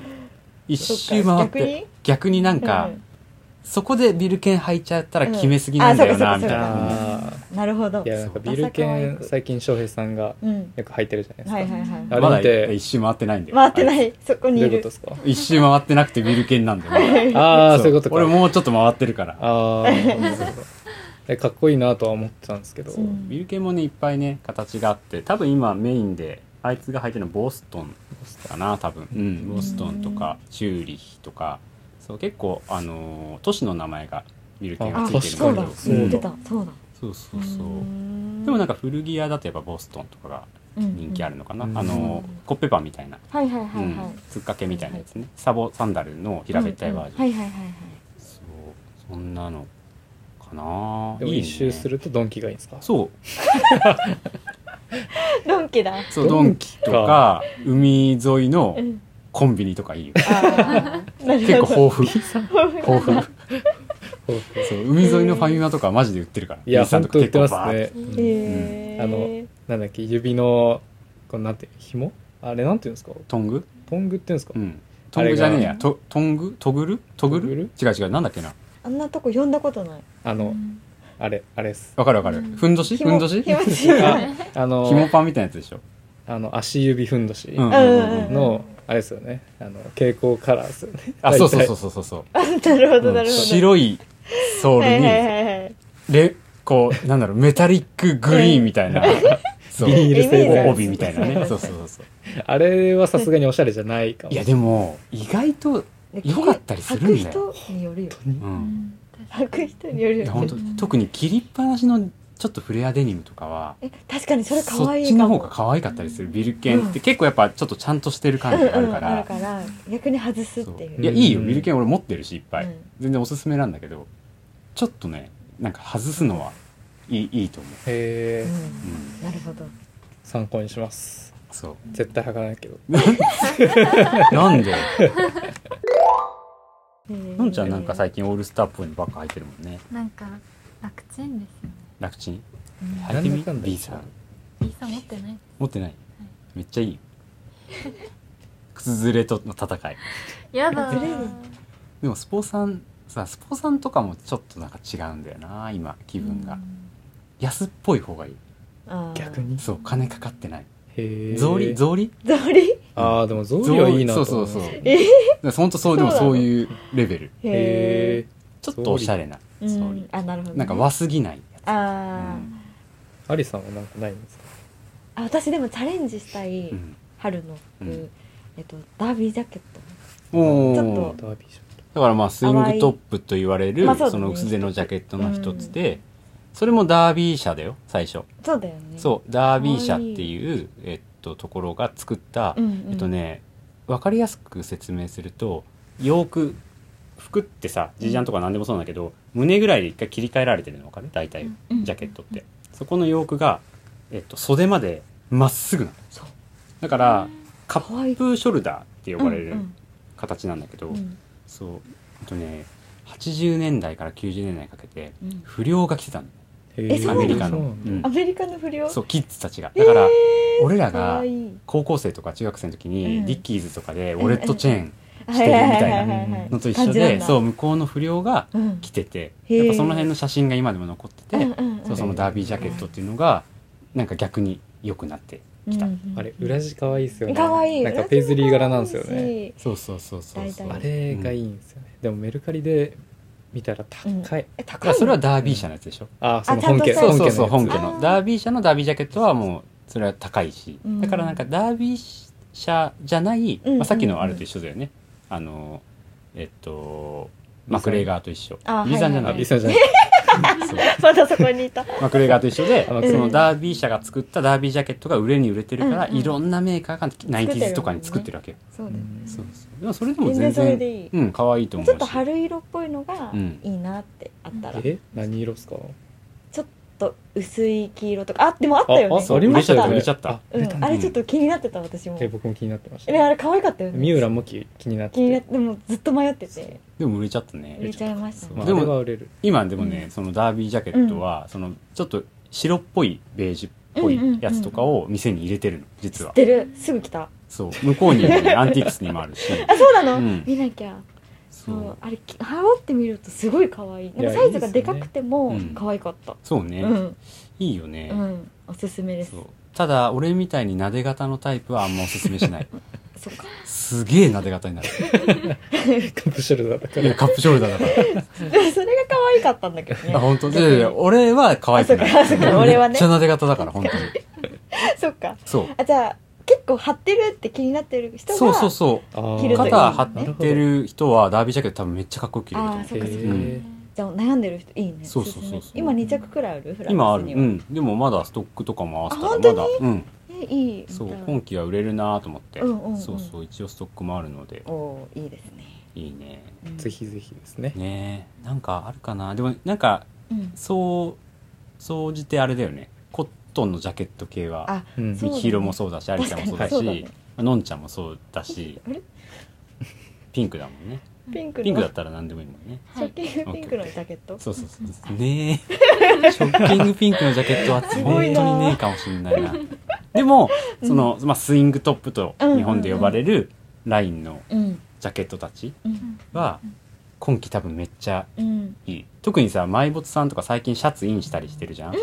Speaker 1: 一周回って
Speaker 6: そっか逆に
Speaker 1: 逆になんか、
Speaker 6: うん
Speaker 1: そこでビル券履いちゃったら
Speaker 6: うん
Speaker 1: 決めすぎなんだよな、
Speaker 6: あそ
Speaker 1: み
Speaker 6: う
Speaker 1: たい
Speaker 6: か
Speaker 1: な、うん
Speaker 2: あ
Speaker 6: なるほど
Speaker 2: ーいやなんかビル券最近翔平さんが
Speaker 6: うん
Speaker 2: よく履いてるじゃないですか、
Speaker 6: はいはいはい
Speaker 2: あ
Speaker 1: ま
Speaker 2: れ
Speaker 1: だ
Speaker 2: 見て
Speaker 1: 一周回ってないんだよ
Speaker 6: 回ってな
Speaker 1: あれ
Speaker 6: いそこ
Speaker 2: どう
Speaker 6: に
Speaker 2: い
Speaker 6: いう
Speaker 2: こと
Speaker 6: る
Speaker 2: ですか
Speaker 1: 一周回ってなくてビル券なんだよまだ
Speaker 2: ああそういうことか
Speaker 1: 俺もうちょっと回ってるから
Speaker 2: ああなるほどえかっこいいなとは思ってたんですけど、
Speaker 6: うん
Speaker 1: ビルケンもねいっぱいね形があって多分今メインであいつが履いてるのボストンかな多分、うん、ボストンとかチューリヒとかそう結構、あのー都市の名前がビルケンが
Speaker 6: あ
Speaker 1: ついて
Speaker 6: そ
Speaker 1: る
Speaker 6: うん
Speaker 1: だけ
Speaker 6: だ
Speaker 1: ど
Speaker 2: そ
Speaker 6: そう
Speaker 2: だ
Speaker 6: う出たそうだ
Speaker 1: そうそうそうで
Speaker 6: で
Speaker 1: もなん
Speaker 6: か
Speaker 1: か古着屋だとやっぱボストンとかが人気あるのかな、
Speaker 2: うん
Speaker 1: あのーコッペパンみたいな、
Speaker 6: はいはいは
Speaker 1: う
Speaker 6: い
Speaker 1: ん
Speaker 6: はい
Speaker 1: つっかけみたいなやつねサボサンダルの平べったいバージョン、
Speaker 6: うんうんはいはいはいはい
Speaker 1: そうそんなのかな
Speaker 2: でも
Speaker 1: いい
Speaker 2: 一
Speaker 1: ね
Speaker 2: 周するとドンキがいいんですか
Speaker 1: そう
Speaker 6: ドンキだ
Speaker 1: そうドンキとか海沿いの
Speaker 6: うん
Speaker 1: コンビニとかいいよ
Speaker 6: あー なる
Speaker 1: 結
Speaker 6: ほど
Speaker 1: 構 豊富豊富
Speaker 2: ほう
Speaker 1: そう海沿いのファミマとかマジで売ってるから
Speaker 2: いや
Speaker 1: 日産
Speaker 2: 本
Speaker 1: とか
Speaker 2: 当売ってます
Speaker 1: バーッ
Speaker 2: ね
Speaker 1: て
Speaker 6: へー
Speaker 2: あのなんだっけ指のこのなんて紐あれなんていうんですか
Speaker 1: トング
Speaker 2: トングっていうんですか、
Speaker 1: うんトングじゃねえやトトングトグルトグル
Speaker 2: トグル
Speaker 1: 違う違うなんだっけな
Speaker 6: あんなとこ呼んだことない
Speaker 2: あのあれあれです
Speaker 1: わかるわかるふんどしふんどし
Speaker 6: ひも
Speaker 1: ひ
Speaker 6: ひも
Speaker 2: あ
Speaker 1: も
Speaker 2: の
Speaker 1: パンみたいなやつでしょ
Speaker 2: あの足指ふんどし
Speaker 1: うん
Speaker 6: うんうん
Speaker 2: のあれですよねあの蛍光カラーですよね
Speaker 1: あそうそうそう
Speaker 2: う
Speaker 1: そうそうそう
Speaker 6: なるほど、なるほど。
Speaker 1: 白いソ
Speaker 6: はいは
Speaker 1: ール
Speaker 6: い
Speaker 1: に
Speaker 6: はいはい。
Speaker 1: レこうなんだろうメタリックグリーンみたいなそう
Speaker 2: ビニール製の
Speaker 1: 帯みたいなねそうそうそうそう
Speaker 2: あれはさすがにおしゃれじゃないかも
Speaker 1: いやでも意外と、良かったりするんだよ
Speaker 6: 履く人によるよ。
Speaker 1: う、
Speaker 5: うんん
Speaker 6: 履く人による
Speaker 1: いや
Speaker 6: よ
Speaker 1: 本
Speaker 6: ね。
Speaker 1: 当特に切りっぱなしのちょっとフレアデニムとかは
Speaker 6: え、確かにそれ可愛
Speaker 1: そっ
Speaker 6: い
Speaker 1: ち
Speaker 6: か
Speaker 1: の
Speaker 6: も。
Speaker 1: 方が可愛かったりするビルケンって結構やっぱちょっとちゃんとしてる感じがあ
Speaker 6: うん
Speaker 1: る
Speaker 6: うん、
Speaker 1: か
Speaker 6: あ
Speaker 1: ら
Speaker 6: るから、逆に外すっていう。
Speaker 1: そういやいいよビルケン俺持ってるしいっぱい、
Speaker 6: うん
Speaker 1: 全然おすすめなんだけどちょっとねなんか外すのはいいいいと思う、
Speaker 2: へえ
Speaker 6: うん
Speaker 1: うん、
Speaker 6: なるほど。
Speaker 2: 参考にします
Speaker 1: そう
Speaker 2: 絶対履かないけど
Speaker 1: なんでの
Speaker 6: の
Speaker 1: んちゃんなんか最近オールスターっぽいのばっか履いてるもんね
Speaker 5: なんか楽ちんですよね
Speaker 1: 楽ちん
Speaker 6: うん
Speaker 1: 履いてみ
Speaker 2: なんだかんだ
Speaker 1: B さん
Speaker 5: いいさ持ってない
Speaker 1: 持ってないめっちゃいいよ 靴ずれとの戦い
Speaker 5: やだ
Speaker 6: ずれる
Speaker 1: でもスポーさんさスポーさんとかもちょっとなんか違うんだよな今気分が、安っぽい方がいい
Speaker 6: あー
Speaker 2: 逆。に
Speaker 1: そう金かかってない
Speaker 2: へえ
Speaker 1: 草履草履
Speaker 6: ゾリ
Speaker 2: ああでも草履はいいなと
Speaker 1: そう
Speaker 2: 思
Speaker 1: そううそうだか
Speaker 6: え
Speaker 1: らほんとそうでも
Speaker 6: そうな
Speaker 1: そ
Speaker 6: の
Speaker 1: ういうレベル
Speaker 2: へえ
Speaker 1: ちょっとおしゃれな
Speaker 6: う
Speaker 1: 草履
Speaker 6: ん。あ、なるほどね。
Speaker 1: なんか和すぎない
Speaker 6: あ
Speaker 2: ありさんはなんかないんですか
Speaker 6: あ。あ、私でもチャレンジしたい
Speaker 1: うん
Speaker 6: 春の
Speaker 1: うん
Speaker 6: 冬、えっと、ダービージャケット。
Speaker 1: お
Speaker 6: ち
Speaker 1: ー
Speaker 6: ょっ
Speaker 2: ダービーショ
Speaker 1: だからまあスイングトップと言われる、
Speaker 6: まあそうだ
Speaker 1: そ
Speaker 6: ね
Speaker 1: の薄手のジャケットの一つで、それもダービー社だよ最初、
Speaker 6: そうだよね。
Speaker 1: そうダービー社っていう、えっと、ところが作った、
Speaker 6: うんうん
Speaker 1: えっとね分かりやすく説明するとよく服ってさジージャンとか何でもそうなんだけど胸ぐらいで一回切り替えられてるの分かる大体
Speaker 5: うん
Speaker 6: うん
Speaker 1: ジャケットってそこの洋服が、えっと、袖までまっすぐなの
Speaker 6: そう
Speaker 1: だからカ
Speaker 6: かわい
Speaker 1: ッ
Speaker 6: い
Speaker 1: プショルダーって呼ばれる
Speaker 6: うん
Speaker 1: 形なんだけど、
Speaker 6: うんうん
Speaker 1: そうえっとね80年代から90年代にかけて
Speaker 6: うん
Speaker 1: 不良が来てたの
Speaker 2: ンへ
Speaker 6: えそう
Speaker 1: ア
Speaker 6: なの
Speaker 1: メリカの
Speaker 2: そう
Speaker 1: う
Speaker 2: なんだ
Speaker 1: ん
Speaker 6: アメリカの不良
Speaker 1: そうキッズたちがだから、俺ら
Speaker 6: かわ
Speaker 1: が
Speaker 6: いい
Speaker 1: 高校生とか中学生の時
Speaker 6: う
Speaker 1: に
Speaker 6: ん
Speaker 1: ディッキーズとかでウォレットチェーンし
Speaker 6: は
Speaker 1: て
Speaker 6: い
Speaker 1: るみ
Speaker 6: はい
Speaker 1: た
Speaker 6: はいい
Speaker 1: な
Speaker 6: はいはい
Speaker 1: のと一緒でそう向こうの不良が
Speaker 6: うん
Speaker 1: 来てて
Speaker 6: へー
Speaker 1: やっぱその辺の写真が今でも残って
Speaker 6: うん
Speaker 1: て
Speaker 6: うんうん
Speaker 1: そうそのダービージャケットっていうのがなんか逆に良くなってきた
Speaker 6: うんうん
Speaker 2: あれ裏地可愛いですよね
Speaker 6: かわいい
Speaker 2: なんかペイズリー柄なんですよね
Speaker 6: ね
Speaker 1: そうそうそうそうそう
Speaker 6: 大
Speaker 2: あ
Speaker 6: 体
Speaker 2: れがいい
Speaker 1: うん
Speaker 2: ですよね、でもメルカリで見たら高い、
Speaker 6: え
Speaker 1: だ
Speaker 6: 高
Speaker 1: から
Speaker 6: い
Speaker 1: それはダービー社のやつでしょ
Speaker 2: ああその
Speaker 6: あちゃん
Speaker 2: 本
Speaker 6: と
Speaker 2: 家
Speaker 6: した
Speaker 1: そうそ
Speaker 2: 本家の
Speaker 1: う
Speaker 2: やつ
Speaker 1: そう本家
Speaker 6: あ
Speaker 1: の
Speaker 6: ー
Speaker 1: ダービー社のダービージャケットはもうそれは高いし
Speaker 6: うん
Speaker 1: だからなんかダービー社じゃない、
Speaker 6: うんうんう
Speaker 1: まあ、
Speaker 6: ん
Speaker 1: さっきのあれと一緒だよねあのえっとマクレガーと一緒
Speaker 6: あ
Speaker 1: ビザンじゃな
Speaker 2: あ
Speaker 6: はいいは
Speaker 2: リ
Speaker 6: い
Speaker 2: サじゃない
Speaker 1: そう
Speaker 6: まだそこにいた
Speaker 1: マクレガーと一緒で
Speaker 2: あマクレガー
Speaker 1: そのダービー社が作ったダービージャケットが売れに売れてるから、
Speaker 6: うんうん
Speaker 1: いろんなメーカーがナインティーズとかに作ってるわけよ、
Speaker 6: そうだよね
Speaker 1: そうそうでもそれでも全
Speaker 6: 全然それ
Speaker 1: 然
Speaker 6: でいい
Speaker 1: うん可愛いと思うし
Speaker 6: ちょっと春色っぽいのが
Speaker 1: うん
Speaker 6: いいなってあったらちょっ
Speaker 2: え何色ですか
Speaker 6: と薄い黄色とかあでもあったよね
Speaker 1: あありましたよね売れちゃった
Speaker 2: 売
Speaker 6: う
Speaker 2: れた
Speaker 6: ん
Speaker 2: ね
Speaker 6: あれちょっと気になってた私も
Speaker 2: え僕も気になってました
Speaker 6: えあれ可愛かったよね
Speaker 2: 三浦も気気になって
Speaker 6: 気になってもうずっと迷ってて
Speaker 1: でも売れちゃったね
Speaker 6: 売れちゃいました
Speaker 1: ま
Speaker 2: ま
Speaker 1: あ
Speaker 2: あ、で
Speaker 6: ね
Speaker 2: もあれは売れる
Speaker 1: 今でもね、
Speaker 6: うん
Speaker 1: そのダービージャケットは、そのちょっと白っぽいベージュっぽ
Speaker 6: うんうん
Speaker 1: い
Speaker 6: うん
Speaker 1: やつとかを店に入れてるの実
Speaker 6: 知っ
Speaker 1: は
Speaker 6: てるすぐ来た
Speaker 1: そう向こうにもねアンティークスにもあるし
Speaker 6: あそうなの、
Speaker 1: うん
Speaker 6: 見なきゃ
Speaker 1: そ
Speaker 6: そう
Speaker 1: う
Speaker 6: あれき羽織ってみるとすごい可愛い
Speaker 2: い
Speaker 6: なん
Speaker 2: や
Speaker 6: かサイズがでかくて
Speaker 1: い
Speaker 6: も
Speaker 1: いですよねうん
Speaker 6: 可愛かった
Speaker 1: そうね、
Speaker 6: うん
Speaker 1: いいよね、
Speaker 6: うんおすすめです
Speaker 1: そうただ俺みたいになで型のタイプはあんまおすすめしない
Speaker 6: そっか
Speaker 1: すげえなで型にな る
Speaker 2: カップショルダーだか
Speaker 1: いや
Speaker 2: ら
Speaker 1: カップショルダーだから
Speaker 6: でもそれが可愛かったんだけど
Speaker 1: あ
Speaker 6: ね
Speaker 1: 本 当で俺は可愛くない
Speaker 6: あそっかそっか俺はね
Speaker 1: めっちゃなで型だから本当に
Speaker 6: そっか
Speaker 1: そう
Speaker 6: あじゃあ結構張ってるって気になってる人が
Speaker 1: そうそうそ
Speaker 2: あ
Speaker 6: 着
Speaker 1: う
Speaker 6: るといい
Speaker 1: 肩
Speaker 6: ね
Speaker 1: 張ってる人はダービージャケット多分めっちゃかっこよく着れると思
Speaker 6: あ
Speaker 1: う
Speaker 6: ーそっかそっか、
Speaker 2: へ
Speaker 1: う
Speaker 2: ー
Speaker 1: ん
Speaker 6: じゃあ悩んでる人いいね
Speaker 1: そうそうそうそう
Speaker 6: おすすめ今2着くらいあるフランスに
Speaker 1: 今
Speaker 6: は
Speaker 1: ある、うん、でもまだストックとかも合わせ
Speaker 6: あ本
Speaker 1: た
Speaker 6: 当
Speaker 1: ら
Speaker 6: に
Speaker 1: まだ、うん、
Speaker 6: えいい
Speaker 1: そう
Speaker 6: じゃあ
Speaker 1: 今期は売れるなと思って、
Speaker 6: うんうんうん
Speaker 1: そうそう一応ストックもあるので
Speaker 6: おーいいですね、
Speaker 1: いいね
Speaker 6: うん
Speaker 2: ぜ、ひぜひですね
Speaker 1: ねえなんかあるかなでもなんか
Speaker 6: うん、
Speaker 1: そう総じてあれだよねコットンのジャケット系は
Speaker 6: あ
Speaker 2: うん
Speaker 6: そう
Speaker 1: みきひろもそうだしありちゃんもそうだし
Speaker 6: 確かにそうだね
Speaker 1: のんちゃんもそうだし
Speaker 6: あれ
Speaker 1: ピンクだもんね
Speaker 6: ピンクの
Speaker 1: ピンクだったら何でもいいもんね
Speaker 6: ショッキングピンクのジャケット
Speaker 1: そうそうそうねえショッキングピンクのジャケットは
Speaker 6: す
Speaker 1: 本当
Speaker 6: ご
Speaker 1: に
Speaker 6: いな
Speaker 1: ねえかもしれないなでも
Speaker 6: うん
Speaker 1: その、まあ、スイングトップと日本で呼ばれるラインの
Speaker 6: うん
Speaker 1: ジャケットたち
Speaker 6: うん
Speaker 1: は今季多分めっちゃ
Speaker 6: うん、
Speaker 1: いい特にさ埋没さんとか最近シャツインしたりしてるじゃん、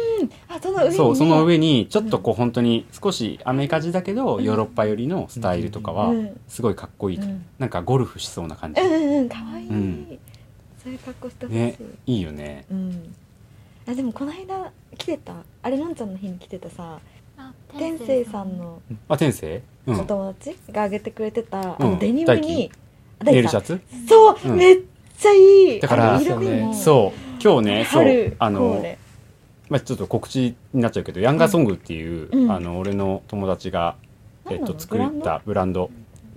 Speaker 6: あその上にね
Speaker 1: そうその上にちょっとこう本当に少しアメリカ地だけどヨーロッパ寄りのスタイルとかは
Speaker 6: うん
Speaker 1: すごいかっこいいと、
Speaker 6: うん
Speaker 1: なんかゴルフしそうな感じ、
Speaker 6: うんうんうんかわいい、
Speaker 1: うん
Speaker 6: そういう格好してほしい、
Speaker 1: ねいいよね
Speaker 6: うんあでもこの間来てたあれのんちゃんの日に来てたさ
Speaker 5: あ
Speaker 6: 天性さんの
Speaker 1: あ天性う
Speaker 6: お
Speaker 1: ん
Speaker 6: 友達があげてくれてた、あ
Speaker 1: うん
Speaker 6: のデニムにあ
Speaker 1: ネイ
Speaker 6: 大
Speaker 1: ル
Speaker 6: 輝
Speaker 1: シ
Speaker 6: さ
Speaker 1: ャ
Speaker 6: ん
Speaker 1: ツ
Speaker 6: そう、
Speaker 1: うん
Speaker 6: めっちゃいい
Speaker 1: だから
Speaker 6: あの色味も
Speaker 1: そう今日ねそう
Speaker 6: 春
Speaker 1: あの、
Speaker 6: コーデ
Speaker 1: まあ、ちょっと告知になっちゃうけどヤンガーソングっていう、
Speaker 6: うん
Speaker 1: あの俺の友達が、
Speaker 6: なん
Speaker 1: え
Speaker 6: な
Speaker 1: っ
Speaker 6: の
Speaker 1: と、作ったブランド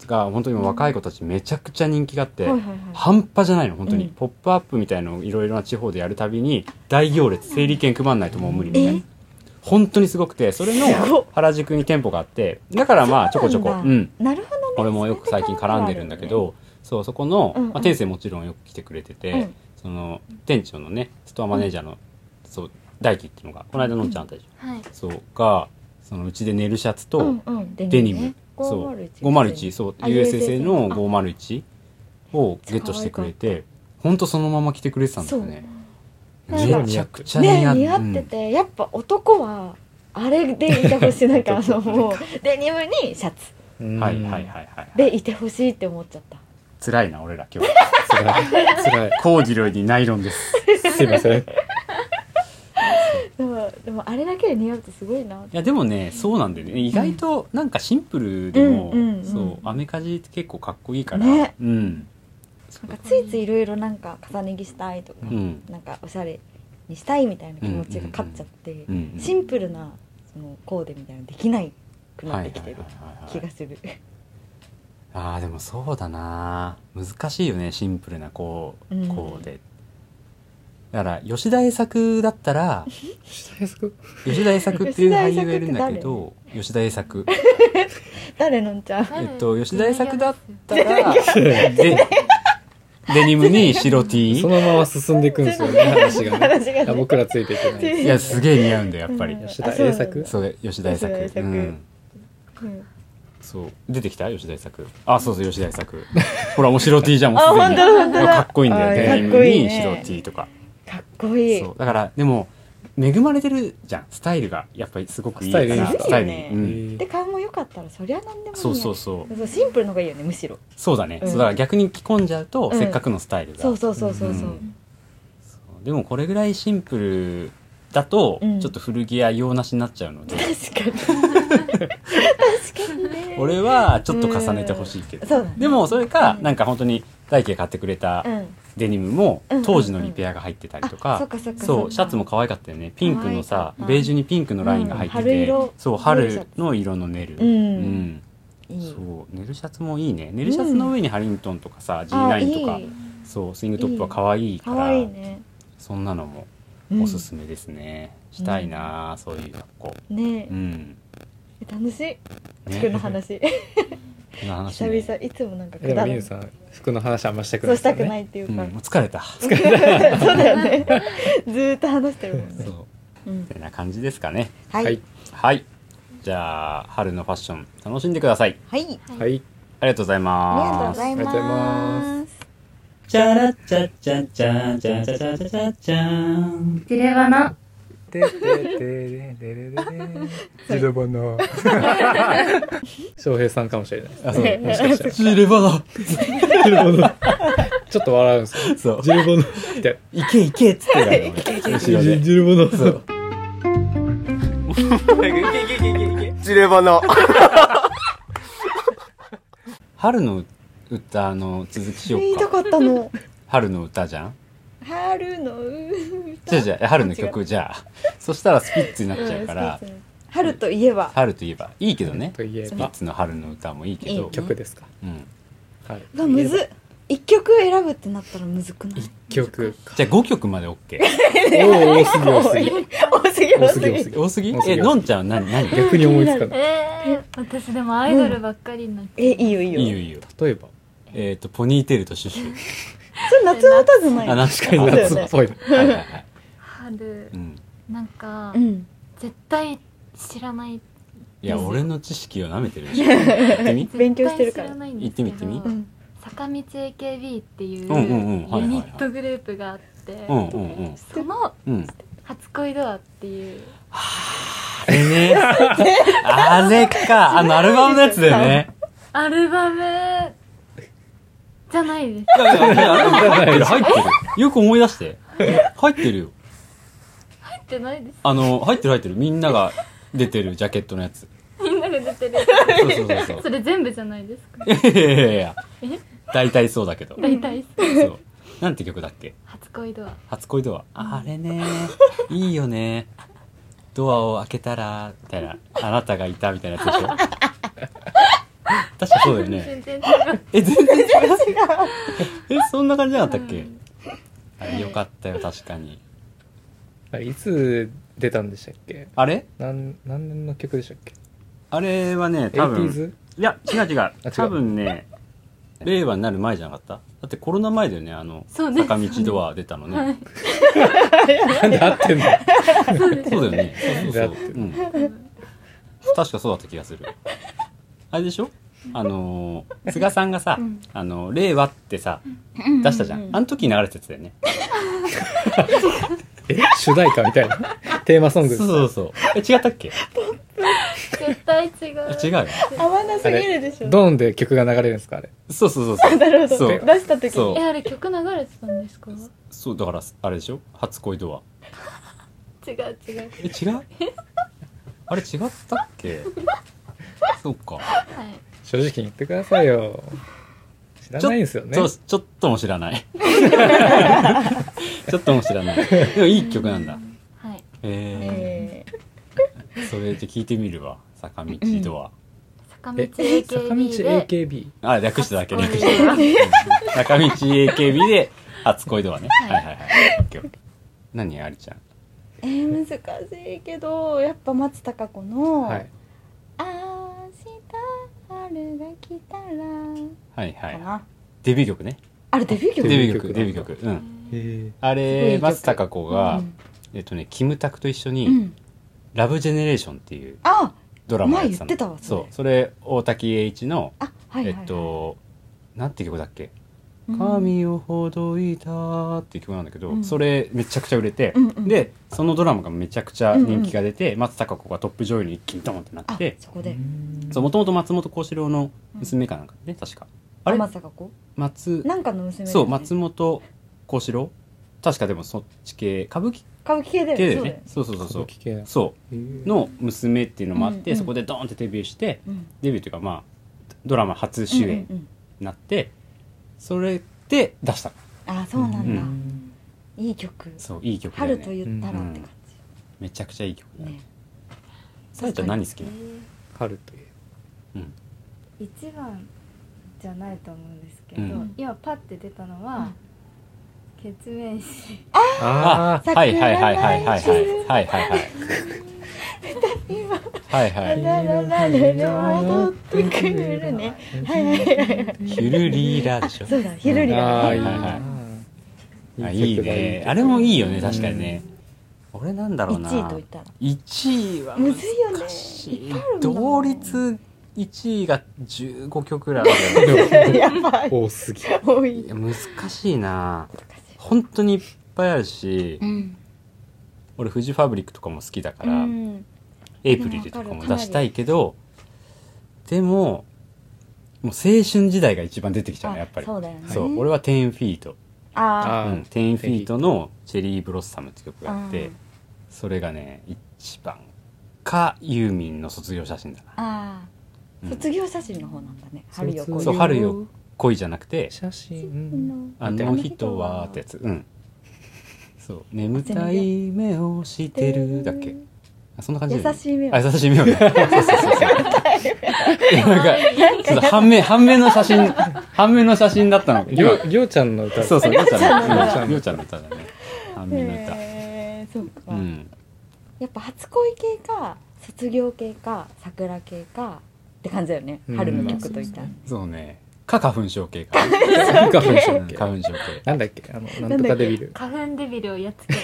Speaker 1: が本当にもう若い子たちめちゃくちゃ人気があって、
Speaker 6: はいはいは
Speaker 1: 半端じゃないの本当に、
Speaker 6: うん
Speaker 1: ポップアップみたいのをいろいろな地方でやるたびに大行列整理券配んないともう無理みたいな
Speaker 6: え
Speaker 1: 本当にすごくてそれ
Speaker 6: すごっ
Speaker 1: の原宿に店舗があってだからまあちょこちょこ
Speaker 6: そうなん
Speaker 1: う
Speaker 6: だ
Speaker 1: ん
Speaker 6: いなるほどね
Speaker 1: 俺もよく最近絡んでるんだけど、そうそこの、
Speaker 6: うんうん
Speaker 1: まあ、天性もちろんよく来てくれてて、
Speaker 6: うん
Speaker 1: その店長のねストアマネージャーの、そう大輝っていうのがこの間のんちゃんあったでしょ、
Speaker 5: はい
Speaker 1: そうがそのうちでネイルシャツと、
Speaker 6: うんうん
Speaker 1: デニム、そう
Speaker 6: 501
Speaker 1: 501そう
Speaker 6: あ
Speaker 1: USSA の
Speaker 6: あ
Speaker 1: 501をゲットしてくれてほんとそのまま着てくれてたんだよね
Speaker 6: そう
Speaker 1: めちゃくちゃ
Speaker 6: ね
Speaker 1: 似合
Speaker 6: 似合ってて、やっぱ男はあれでいてほしいな んかあのもうデニムにシャツ
Speaker 1: うんはいはいはいはい
Speaker 6: でいてほしいって思っちゃった
Speaker 1: 辛いな俺ら今 日
Speaker 2: つらいつらい
Speaker 1: コーディロイにナイロンです
Speaker 2: すいません
Speaker 6: でもでもあれだけで似合うとすごいなって
Speaker 1: いやでもねそうなんだよね意外となんかシンプルでも、
Speaker 6: うんうんうん
Speaker 1: そうアメカジって結構かっこいいから、
Speaker 6: ね
Speaker 1: うん
Speaker 6: なんかついついいろいろなんか重ね着したいとか、
Speaker 1: うん
Speaker 6: なんかおしゃれにしたいみたいな気持ちが勝っちゃって、
Speaker 1: うんうん
Speaker 6: シンプルなそのコーデみたいなのできないくな
Speaker 1: は
Speaker 6: っ
Speaker 1: い
Speaker 6: て
Speaker 1: は
Speaker 6: き
Speaker 1: いはい
Speaker 6: てる
Speaker 1: はい
Speaker 6: 気
Speaker 1: はい
Speaker 6: がする、
Speaker 1: あーでもそうだな難しいよねシンプルなこう、
Speaker 6: うん
Speaker 1: こうでだから吉田栄作だった ら
Speaker 2: 最速
Speaker 1: 吉田栄作っていう俳優
Speaker 6: 吉田栄作
Speaker 1: がいるんだけど吉田栄作
Speaker 6: 誰のんちゃん
Speaker 1: え っと吉田栄作だったらでデニムに白 T
Speaker 2: そのまま進んでいくんですよね話がね
Speaker 6: 話が
Speaker 2: いや
Speaker 6: ね
Speaker 2: 僕らついていけないです
Speaker 1: いやすげえ似合うんだよやっぱり、
Speaker 6: うん
Speaker 2: 吉田栄作
Speaker 1: そう吉田栄作
Speaker 6: 吉田栄作
Speaker 1: うん
Speaker 6: うん
Speaker 1: そう出てきた吉田栄作あそうそう吉田栄作ほらもう白 T じゃんもう
Speaker 6: あ
Speaker 1: すで
Speaker 6: 本当
Speaker 1: に
Speaker 6: だ本当だ
Speaker 1: かっこいいんだよ
Speaker 6: あ
Speaker 1: デニ
Speaker 6: かっこ
Speaker 1: ム
Speaker 6: いい
Speaker 1: に
Speaker 6: ね
Speaker 1: 白 T とか
Speaker 6: かっこいい
Speaker 1: そうだからでも恵まれてるじゃんスタイルがやっぱりすごくいいから
Speaker 2: スタイルいいですか
Speaker 1: スタイルいい
Speaker 6: いいよ
Speaker 1: う
Speaker 6: ね
Speaker 1: ん
Speaker 6: で顔も良かったらそりゃ何でもいいや
Speaker 1: そうそうそう
Speaker 6: そうシンプルのがいいよねむしろ
Speaker 1: そうだね、
Speaker 6: うん
Speaker 1: そうだから逆に着込んじゃうと、
Speaker 6: うん
Speaker 1: せっかくのスタイルが
Speaker 6: そうそうそうそう
Speaker 1: うん
Speaker 6: そう、
Speaker 1: そうでもこれぐらいシンプルだと、
Speaker 6: うん
Speaker 1: ちょっと古着屋用なしになっちゃうの で
Speaker 6: 確かに確かにね
Speaker 1: 俺はちょっと重ねてほしいけど、
Speaker 6: そうだね
Speaker 1: でもそれか、
Speaker 6: うん
Speaker 1: なんか本当に大輝が買ってくれた
Speaker 6: うん
Speaker 1: デニムも、
Speaker 6: うんうんうん
Speaker 1: 当時のリペアが入ってたりとか、
Speaker 6: あそっかそっか
Speaker 1: そ
Speaker 6: っ
Speaker 1: う
Speaker 6: か
Speaker 1: シャツも可愛かったよねピンクのさ
Speaker 6: 可愛かった
Speaker 1: ベージュにピンクのラインが入って
Speaker 6: うん春
Speaker 1: て、
Speaker 6: 色
Speaker 1: そう
Speaker 6: ネルシャ
Speaker 1: 春
Speaker 6: ツ
Speaker 1: の色のネル、
Speaker 6: うん
Speaker 1: うん
Speaker 6: いい
Speaker 1: そうネルシャツもいいねネルシャツの上にハリントンとかさ、
Speaker 6: あ
Speaker 1: G9 とか
Speaker 6: いい
Speaker 1: そうスイングトップは可愛いか
Speaker 6: からわいいね
Speaker 1: そんなのも
Speaker 6: うん
Speaker 1: おすすめですね、したいなあそういう格好
Speaker 6: ね
Speaker 1: う、ん
Speaker 6: 楽しい
Speaker 1: ね
Speaker 6: 服の話
Speaker 1: こんな話
Speaker 6: 久
Speaker 1: ね
Speaker 6: 々いつもなんか
Speaker 2: でも
Speaker 6: ん
Speaker 2: ミユさん服の話あんましたくな
Speaker 6: そ
Speaker 2: いうですよ
Speaker 6: した
Speaker 2: ね
Speaker 6: くないっていう
Speaker 1: うん、
Speaker 6: か、
Speaker 1: もう疲れた
Speaker 6: そうだよねずーっと話してるもんね
Speaker 1: そう
Speaker 6: うん
Speaker 1: てな感じですかね
Speaker 6: はい
Speaker 2: はい
Speaker 1: はいじゃあ春のファッション楽しんでください
Speaker 6: はい
Speaker 2: はい
Speaker 1: ありがとうござい
Speaker 6: あり
Speaker 1: ま
Speaker 6: がとうご
Speaker 1: す
Speaker 6: ざい
Speaker 2: ありがとうござい
Speaker 6: ま
Speaker 2: ます
Speaker 1: チャラチャチャチャチャチャチャチャチャチャン
Speaker 5: ジレワの
Speaker 2: ででででででで自動版の翔平さんかもしれないです
Speaker 1: あそう
Speaker 2: もしかしたら
Speaker 1: ジレバだ
Speaker 2: ジルボのちょっと笑うんですよ
Speaker 1: そ う
Speaker 2: ジルボのみたい
Speaker 1: いけいけっつってたよ俺
Speaker 2: な
Speaker 1: 後ろで
Speaker 2: ジルボのそう
Speaker 7: ジレバナ。
Speaker 1: 春の歌の続きしよ
Speaker 6: 言いうた
Speaker 1: か
Speaker 6: かったの
Speaker 1: 春の歌じゃん
Speaker 6: 春の歌
Speaker 1: じゃあじゃあ春の曲じゃあそしたらスピッツになっちゃうから
Speaker 6: うんそうそう春といえば
Speaker 1: 春といえばいいけどね
Speaker 2: といえ
Speaker 1: スピッ
Speaker 2: ば
Speaker 1: ツの春の歌もいいけ
Speaker 6: いい
Speaker 1: ど
Speaker 6: ね
Speaker 2: 曲ですか
Speaker 1: うん
Speaker 2: はい。
Speaker 6: うわむずっ一曲選ぶってなったらむずくない
Speaker 2: 曲か
Speaker 1: じゃあ5曲まで OK
Speaker 2: おー多すぎ多すぎ
Speaker 6: 多すぎ
Speaker 2: 多
Speaker 6: 多
Speaker 2: す
Speaker 6: す
Speaker 2: ぎ多
Speaker 6: ぎ
Speaker 2: すぎ
Speaker 1: 多すぎ
Speaker 2: 多すぎ
Speaker 1: えのんちゃんは何何い
Speaker 2: 逆に思いつか ない
Speaker 5: えー、私でもアイドルばっかりになっちゃう
Speaker 6: えいいよいいよ
Speaker 1: いよいいよ
Speaker 2: 例えば
Speaker 1: えっとポニーテールとシュシュ
Speaker 6: それ夏の歌じゃない
Speaker 1: あ夏か
Speaker 6: そうだよ
Speaker 2: 夏
Speaker 6: ね
Speaker 2: っぽいな
Speaker 1: はいはいはい
Speaker 5: 春
Speaker 1: うん
Speaker 5: なんか、
Speaker 6: うん
Speaker 5: 絶対知らない
Speaker 1: いや俺の知識をなめてるでしょ言ってみ
Speaker 6: 勉強してるから
Speaker 5: 絶対知らないんで
Speaker 1: 言っ
Speaker 5: すけ
Speaker 1: て
Speaker 5: ど
Speaker 1: み言ってみ
Speaker 6: うん
Speaker 5: 坂道 AKB っていう
Speaker 1: うん
Speaker 5: ユ
Speaker 1: うんうんはいはいはい
Speaker 5: ニットグループがあって、
Speaker 1: うんうんうん
Speaker 5: その
Speaker 1: うん
Speaker 5: 初恋ドアっていう
Speaker 1: あれねあれかあのアルバムのやつだよね
Speaker 5: アルバムじゃないです。
Speaker 1: いやいやいやアルバム入ってる入ってるよく思い出して入ってるよ
Speaker 5: 入ってないです。
Speaker 1: あの入ってる入ってるみんなが出てるジャケットのやつ
Speaker 5: みんなが出 てる。
Speaker 1: そうそうそうそう
Speaker 5: それ全部じゃないですか。
Speaker 1: いやいやいやいや大体そうだけど
Speaker 5: 大体
Speaker 1: そうなんて曲だっけ
Speaker 5: 初恋ドア。
Speaker 1: 初恋ドアあれねいいよねドアを開けたらみたいなあなたがいたみたいなやつでしょ確かそうだよね
Speaker 5: 全然違う。
Speaker 1: え全然違うえそんな感じじゃなかったっけ、
Speaker 5: うん
Speaker 1: あれよかったよ確かに
Speaker 2: あれいつ出たんでしたっけ
Speaker 1: あれ
Speaker 2: なん何年の曲でしたっけ
Speaker 1: あれはね多分
Speaker 2: ?80s?
Speaker 1: いや違う違う多分ね令和になる前じゃなかっただってコロナ前だよねあの
Speaker 5: そうね
Speaker 1: 坂道ドア出たのね、
Speaker 5: はい。
Speaker 2: なんで合って んの
Speaker 5: そうです。
Speaker 1: そうだよね。そうそう
Speaker 2: だって
Speaker 1: そう。うん。確かそうだった気がする。あれでしょあのー、菅さんがさ、
Speaker 5: うん
Speaker 1: あの、令和ってさ、出したじゃん。あの時に流れてたよね。
Speaker 2: え主題歌みたいなテーマソ
Speaker 1: そ
Speaker 2: ング
Speaker 1: うそうそう。え、違ったっけ
Speaker 5: 絶対違う。
Speaker 1: 違うよ。
Speaker 6: 合わなすぎるでしょ
Speaker 2: ドーンで曲が流れるんですかあれ
Speaker 1: そうそうそうそう。
Speaker 6: なるほ
Speaker 1: そ
Speaker 6: ど
Speaker 1: う
Speaker 6: 出した時
Speaker 1: そう
Speaker 6: に
Speaker 5: え、あれ曲流れてたんですか
Speaker 1: そう、だから、あれでしょ初恋ドア。
Speaker 5: 違う違う。
Speaker 1: え、違う あれ違ったっけそうか。
Speaker 5: はい。
Speaker 2: 正直に言ってくださいよ知らないんですよね
Speaker 1: ちょちょっとも知らない。ちょっとも知らない。でもいい曲なんだ。
Speaker 5: はい。
Speaker 1: えー。
Speaker 6: え
Speaker 1: それで聞いてみるわ坂道ドア、
Speaker 5: 坂道
Speaker 2: え坂道
Speaker 5: AKB で。
Speaker 2: AKB
Speaker 1: あ略してだけ略
Speaker 5: 初
Speaker 1: して
Speaker 5: 恋ドア
Speaker 1: 坂道 AKB で初恋ドアね、はい、はいはいはいオッケーオッケー何ありちゃん
Speaker 6: ーえー難しいけどやっぱ松たか子の
Speaker 2: はい
Speaker 6: 明日春が来たら
Speaker 1: はいは
Speaker 6: か
Speaker 1: い
Speaker 6: な
Speaker 1: デビュー曲ね
Speaker 6: あれデビュー
Speaker 1: デ
Speaker 6: 曲
Speaker 1: ビュー曲
Speaker 2: デ
Speaker 1: デ
Speaker 2: ビ
Speaker 1: ビュ
Speaker 2: ュー
Speaker 1: ー
Speaker 2: 曲
Speaker 1: 曲うん
Speaker 2: え
Speaker 1: あ
Speaker 6: すごい
Speaker 1: れ
Speaker 6: 曲
Speaker 1: 松たか子が、
Speaker 6: うん
Speaker 1: えっとねキムタクと一緒に、
Speaker 6: うん
Speaker 1: ラブジェネレーション」っていう
Speaker 6: あ
Speaker 1: ドラマをやってたの
Speaker 6: 前言ってたわそ
Speaker 1: そ
Speaker 6: れ
Speaker 1: うそれ大滝栄一の、
Speaker 6: あはいはいはい
Speaker 1: えっとなんていう曲だっけ「
Speaker 6: うん
Speaker 1: 髪をほどいた」っていう曲なんだけど、
Speaker 6: うん
Speaker 1: それめちゃくちゃ売れて、
Speaker 6: うんうん
Speaker 1: でそのドラマがめちゃくちゃ人気が出て、松たか子がトップ女優に一気にドーンってな
Speaker 6: あ
Speaker 1: って
Speaker 6: そこで
Speaker 1: そうもともと松本幸四郎の娘かなんかね、確かあれ
Speaker 6: 松たか子
Speaker 1: 松
Speaker 6: なんかの娘だよね
Speaker 1: そう松本幸四郎確かでもそっち系歌舞伎
Speaker 6: 歌舞伎系だよ
Speaker 1: 系
Speaker 6: ね
Speaker 1: だよねそうそうそうそう
Speaker 2: 聞けな
Speaker 1: そ
Speaker 2: え
Speaker 1: うの娘っていうのもあって、
Speaker 6: うんうん
Speaker 1: そこでドーンってデビューして
Speaker 6: そうだよね
Speaker 1: デビューというかまあドラマ初主演に
Speaker 6: うんうんうん
Speaker 1: なって、それで出した
Speaker 6: あそうなんだ
Speaker 1: う
Speaker 6: いい曲
Speaker 1: そういい曲だよ
Speaker 6: 春
Speaker 1: ね
Speaker 6: と言ったらって感
Speaker 1: めちゃくちゃいい曲
Speaker 6: じ
Speaker 1: だね
Speaker 6: ね
Speaker 1: さやちゃん何好きなの
Speaker 2: 春という
Speaker 8: 一番じゃないと思うんですけど、
Speaker 1: うん
Speaker 8: 今パッて出たのは、血面師
Speaker 1: あ
Speaker 2: あ
Speaker 1: あ、はいはいはいはいはいはいはいはいはい。はいは
Speaker 6: ラ
Speaker 1: い。
Speaker 6: ララララ戻ってくるねはいはいはいはい
Speaker 1: ヒュルリーラでしょ。
Speaker 6: そうだヒルリ
Speaker 2: あ
Speaker 6: ラ
Speaker 2: あ
Speaker 1: はい
Speaker 2: い
Speaker 1: は
Speaker 2: ない
Speaker 1: あ
Speaker 2: 曲だ
Speaker 1: いいね。あ
Speaker 2: 曲
Speaker 1: れもいいよね、確かにね。俺なんだろうな。
Speaker 6: 1位と言ったら
Speaker 1: 1位は
Speaker 6: むずいよね
Speaker 1: 難しい
Speaker 6: いっぱいあるんだも
Speaker 1: 同
Speaker 6: ん
Speaker 1: 率1位が15曲くらいあ るよね
Speaker 6: やばい
Speaker 2: 多すぎ
Speaker 6: 多
Speaker 1: い
Speaker 6: い
Speaker 1: や難しいな本当にいっぱいあるし、
Speaker 6: ん
Speaker 1: 俺フジファブリックとかも好きだから、
Speaker 6: うん
Speaker 1: エイプリルとかも出したいけどでももう青春時代が一番出てきちゃうねやっぱり
Speaker 6: そうだよね
Speaker 1: そう俺は10フィート、
Speaker 6: あ
Speaker 2: あ
Speaker 1: うん、10フィートの「チェリーブロッサム」って曲があっ
Speaker 6: う
Speaker 1: て
Speaker 6: ん
Speaker 1: それがね一番かユーミンの卒業写真だな
Speaker 6: あ
Speaker 1: うん
Speaker 6: あ卒業写真の方なんだね春よ
Speaker 1: そう
Speaker 6: 恋
Speaker 1: 春よ恋じゃなくて
Speaker 2: 写真
Speaker 1: 「あの人は」ってやつうんそう「眠たい目をしてる」だっけあそんな感じだよ
Speaker 6: 優
Speaker 1: ね
Speaker 6: しい目を
Speaker 1: あ優しい目をねそうそうそうそういやなんかちょっと半面半面の写真半面の写真だったの
Speaker 2: りょうりょうちゃんの歌
Speaker 1: そうそうりょうちゃんのうんりょうちゃんの歌だね半面の歌
Speaker 6: へえそうか
Speaker 1: うん
Speaker 6: やっぱ初恋系か卒業系か桜系かって感じだよね
Speaker 2: うん
Speaker 6: 春の曲といったら
Speaker 1: そうねか花粉症系か
Speaker 2: なんか文章
Speaker 1: う
Speaker 2: っ
Speaker 1: ん
Speaker 2: け
Speaker 1: 花粉症
Speaker 2: なんだっけあのなんとかデビル
Speaker 5: 花粉デビルをやっつけ ろ。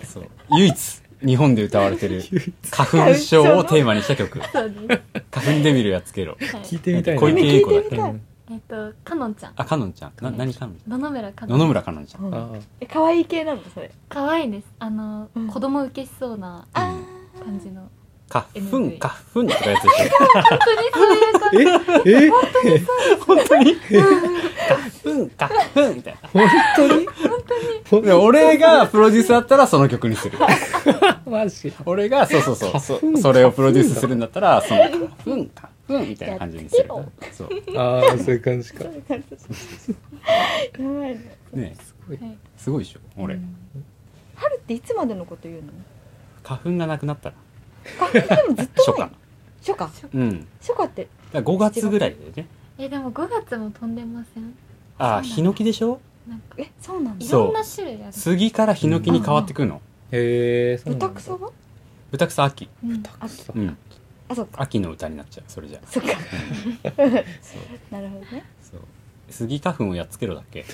Speaker 1: 系そう唯一日本で歌われてる花粉症をテーマにした曲
Speaker 5: そうです。
Speaker 1: 花粉デビルやっつけろ
Speaker 5: はい
Speaker 2: 聞いてみたいな
Speaker 1: 小池栄子だっ
Speaker 6: 聞いて
Speaker 1: け
Speaker 6: みたい
Speaker 5: えっとかのんちゃん
Speaker 1: あかのんちゃんな何かのんち
Speaker 5: 野々村か
Speaker 1: ゃん
Speaker 5: の
Speaker 1: 野々
Speaker 5: ん
Speaker 1: 村かのんちゃん、
Speaker 2: ああ
Speaker 6: え可愛い系なのそれ
Speaker 5: 可愛いですあの、
Speaker 6: うん
Speaker 5: 子供受けしそうな
Speaker 1: うん、
Speaker 5: 感じの
Speaker 1: かふん
Speaker 6: NV
Speaker 1: かふんとかやつでし
Speaker 5: 本当にそういう感じ
Speaker 2: ええ
Speaker 1: ょ本当にかふんかふんみたい
Speaker 2: 本当に
Speaker 1: なで俺がプロデュースだったらその曲にする
Speaker 2: マジ
Speaker 1: 俺がそうそうそう
Speaker 2: 花粉
Speaker 1: そそれをプロデュースするんだったらその「かふんかふん」みたいな感じにする
Speaker 6: やっ
Speaker 1: そう
Speaker 2: ああそういう感じか
Speaker 6: やばいな
Speaker 1: ね
Speaker 5: はい
Speaker 1: すごいでしょ俺
Speaker 6: 春っていつまでのこと言うの
Speaker 1: 花粉がなくなったら
Speaker 6: 花粉でもずっと
Speaker 1: 初
Speaker 6: ない
Speaker 1: 夏
Speaker 6: 初夏
Speaker 1: うん
Speaker 6: 初夏って
Speaker 1: だ5月ぐらいだよね
Speaker 5: えでも5月も飛んでません
Speaker 1: ああヒノキでしょ
Speaker 5: なんか
Speaker 6: えそうなんだ
Speaker 5: い
Speaker 1: そう
Speaker 5: ろんな種類ある
Speaker 1: 杉からヒノキに変わってくるの
Speaker 2: へえそうなんだ
Speaker 6: 豚草は
Speaker 1: 豚草秋
Speaker 6: うんあ
Speaker 2: 草
Speaker 1: うん
Speaker 6: あそっか
Speaker 1: 秋の歌になっちゃうそれじゃ
Speaker 6: そっか
Speaker 1: そう
Speaker 6: なるほどね
Speaker 1: そう杉花粉をやっつけろだっけ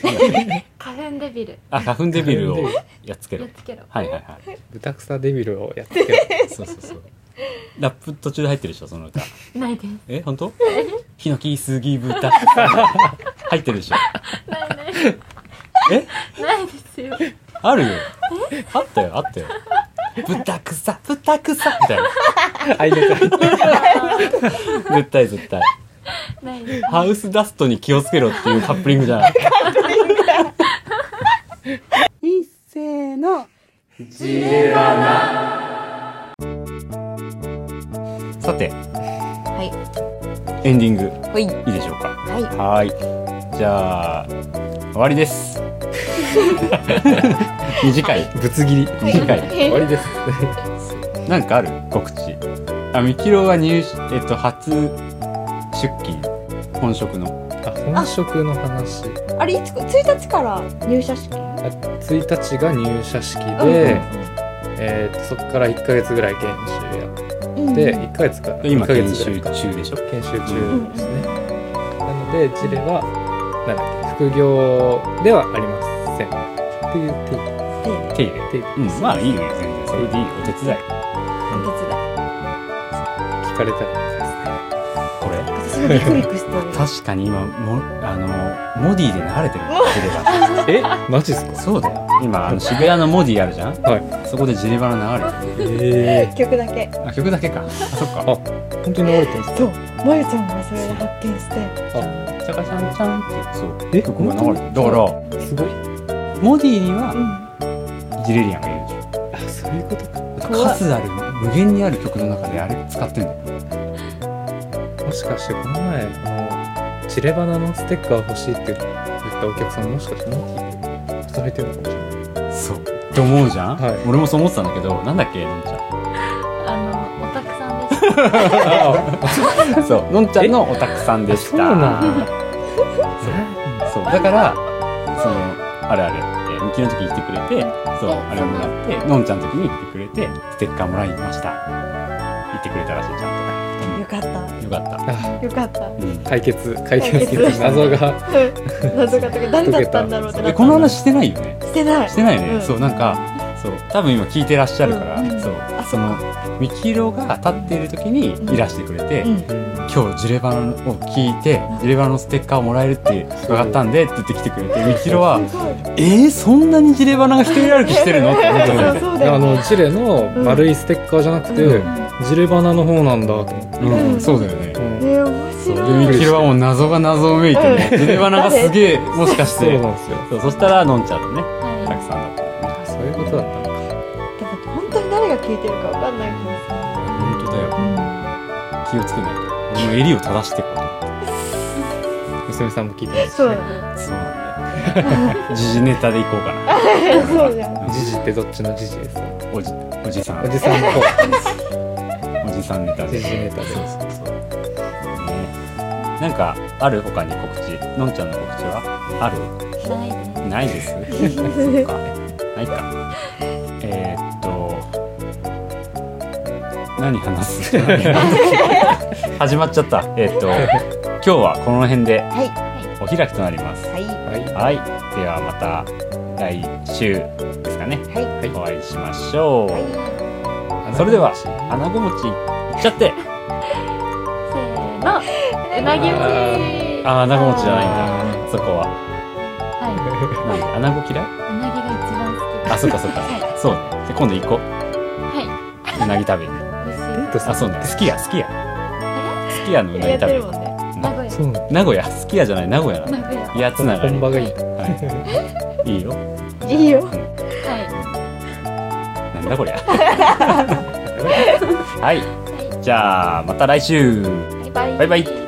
Speaker 5: 花粉デビル
Speaker 1: あ花粉デビルを
Speaker 2: 花粉
Speaker 1: やっつけ
Speaker 5: や
Speaker 1: ろ
Speaker 5: っつけろ
Speaker 1: はいはいはい
Speaker 2: 豚草デビルをやってる
Speaker 1: そうそうそうラップ途中で入ってるでしょその歌
Speaker 5: ないです
Speaker 1: え本当ヒノキ杉豚入ってるでしょ
Speaker 5: ないない
Speaker 1: え
Speaker 5: ないですよ
Speaker 1: あるよあったよあったよ豚草豚草みたい
Speaker 2: あいのか
Speaker 1: な 絶対絶対
Speaker 5: ないです
Speaker 1: ハウスダストに気をつけろっていうカップリングじゃない
Speaker 9: 一斉の
Speaker 1: さて
Speaker 6: は
Speaker 1: エンディング
Speaker 6: いほい
Speaker 1: いいでしょうか
Speaker 6: はい
Speaker 1: はーいじゃあ終わりです 短い
Speaker 2: ぶつ切り
Speaker 1: 短い
Speaker 2: 終わりです
Speaker 1: なんかある告知あみきろは入しえっと初出勤本職の
Speaker 2: あ本職の話
Speaker 6: あれいつ1日から入社式
Speaker 2: 1日が入社式で、えーとそこから1か月ぐらい研修やっ
Speaker 6: うん
Speaker 2: て、1か月か
Speaker 1: で今
Speaker 2: 1ヶ
Speaker 1: 研
Speaker 2: 月ぐら
Speaker 1: 修
Speaker 2: いか
Speaker 1: 中でしょ
Speaker 2: 研修中
Speaker 1: うん
Speaker 2: ですね、なのでジレはなんだっけ副業ではありませんっていう手
Speaker 1: 手入れ
Speaker 2: 手
Speaker 1: うんまあいいよ全然それでいいよお手伝い
Speaker 6: お手伝い
Speaker 2: 聞かれたり
Speaker 1: これ
Speaker 6: 私もビクビクしてる
Speaker 1: 確かに今もあのモディで慣れてるジレバ
Speaker 2: えマジっすか
Speaker 1: そうだよ今あの渋谷のモディあるじゃん、
Speaker 2: は
Speaker 1: そこでジレバナ流れてる
Speaker 2: ええ
Speaker 6: 曲だけ
Speaker 1: あ曲だけかあそっか
Speaker 2: ー、本当に流れてるんです
Speaker 6: そうまゆちゃんがそれを発見して
Speaker 1: チャカチャンチャンってそう
Speaker 2: え
Speaker 1: 曲が流れてるだから
Speaker 2: かすごい
Speaker 1: モディには
Speaker 6: うん
Speaker 1: ジレリアンがいるでしょ
Speaker 2: あそういうことか
Speaker 1: 数ある無限にある曲の中であれ使ってんだよ
Speaker 2: もしかしてこの前あのチレバナのステッカー欲しいって言ったお客さんもしかしてモンキーで働いてるのかもしれない
Speaker 1: そうって思うじゃん、
Speaker 2: はい
Speaker 1: 俺もそう思ってたんだけどなんだっけのんちゃ
Speaker 5: あのオタクさんでした
Speaker 1: ん そうのんちゃんのオタクさんでした
Speaker 2: そうなんだ
Speaker 1: そうだからそのあれあれってミキの時に来てくれてそう
Speaker 5: で
Speaker 1: あれをもらってのんちゃんの時に来てくれてステッカーもらいました言ってくれたらしいちゃ
Speaker 6: よかった
Speaker 1: んとよかった、
Speaker 2: あ
Speaker 6: よ かった
Speaker 1: うん
Speaker 2: 解決解
Speaker 6: 解
Speaker 2: 決
Speaker 6: 決
Speaker 2: 謎が
Speaker 6: うん謎が解け何だったんだろうってな
Speaker 1: え
Speaker 6: っ
Speaker 1: この話してないよね
Speaker 6: たしてない
Speaker 1: してないよね、
Speaker 6: うん
Speaker 1: そうなんかそう多分今聞いてらっしゃるから、
Speaker 6: うん
Speaker 1: そう
Speaker 6: あ
Speaker 1: そのみきろが立っている時にいらしてくれて、
Speaker 6: うん
Speaker 1: 今日ジュレバナを聞いてジュレバナのステッカーをもらえるって伺ったんでって言ってきてくれてみきろは
Speaker 6: すごい
Speaker 1: 「えー、そんなにジュレバナが一人歩きしてるの?」って思ったの
Speaker 6: そう
Speaker 1: よ
Speaker 6: そうだ
Speaker 2: あ
Speaker 6: よね
Speaker 2: のジレの丸いステッカーじゃなくて、
Speaker 1: う
Speaker 2: ジレバナの方なんだと思って、
Speaker 1: うん
Speaker 6: うん
Speaker 1: そうだよね
Speaker 2: う
Speaker 6: え
Speaker 2: ん
Speaker 6: ー面
Speaker 1: そう
Speaker 6: 白い
Speaker 1: でみきろはもう謎が謎めいてねジュレバナがすげえもしかし
Speaker 2: そう
Speaker 1: て
Speaker 2: なんですよ
Speaker 1: そうそしたらのんちゃんのねた
Speaker 5: は
Speaker 1: くさんだったのね
Speaker 2: そういうことだったの
Speaker 6: でも本当に誰が聞いてるかわかんないけ
Speaker 1: 本当だよ気をつけないと俺も襟を正してこう
Speaker 2: 娘さんも聞いてま
Speaker 6: ど
Speaker 2: すし
Speaker 6: そう
Speaker 2: ね
Speaker 6: だね
Speaker 1: そうなんだよ時事ネタでいこうかな
Speaker 6: そうじゃん
Speaker 2: ジジってどっちのジジですか
Speaker 1: おじおじさん
Speaker 2: おじさんの方
Speaker 1: おじさんネタで
Speaker 2: 時事ネタで
Speaker 1: そうそうそうねなんかある他に告知のんちゃんの告知はある
Speaker 5: いないです
Speaker 1: ないですそっかないかえー、っと何話す始まっちゃったえー、っと今日はこの辺で
Speaker 6: はい
Speaker 1: お開きとなります
Speaker 6: はい
Speaker 2: はい
Speaker 1: はいではまた来週ですかね
Speaker 6: はい
Speaker 1: お会いしましょう、そ
Speaker 2: そ
Speaker 1: れ
Speaker 2: れ
Speaker 1: で
Speaker 2: で
Speaker 1: は
Speaker 2: は
Speaker 1: 穴子餅いっちゃって
Speaker 5: せーのうなぎ餅
Speaker 1: あー、長持ちじゃないんだ。そこは。
Speaker 5: はい。
Speaker 1: なんで、穴子嫌いう
Speaker 5: なぎが一番好きです。
Speaker 1: あ、そっかそっか。そうね。じゃあ今度行こ
Speaker 5: は
Speaker 1: う。うなぎ食べに。
Speaker 5: い。美味し
Speaker 2: デー
Speaker 5: い。
Speaker 2: ト
Speaker 1: あ、そうね。好きや、好きや。好きやのうなぎ
Speaker 6: やっ
Speaker 1: 食
Speaker 6: て
Speaker 1: べ
Speaker 6: るもんね
Speaker 5: 名古屋。
Speaker 2: そう
Speaker 1: 名古屋。好きやじゃない、名古屋
Speaker 5: 名
Speaker 1: な。
Speaker 5: 古屋。はい
Speaker 1: やつながり。
Speaker 2: 本場がいい
Speaker 1: はい。いいよ。
Speaker 6: いいよ
Speaker 5: い。
Speaker 1: なんだこりゃ。はい。じゃあ、また来週。
Speaker 6: バイ
Speaker 1: バイバイ。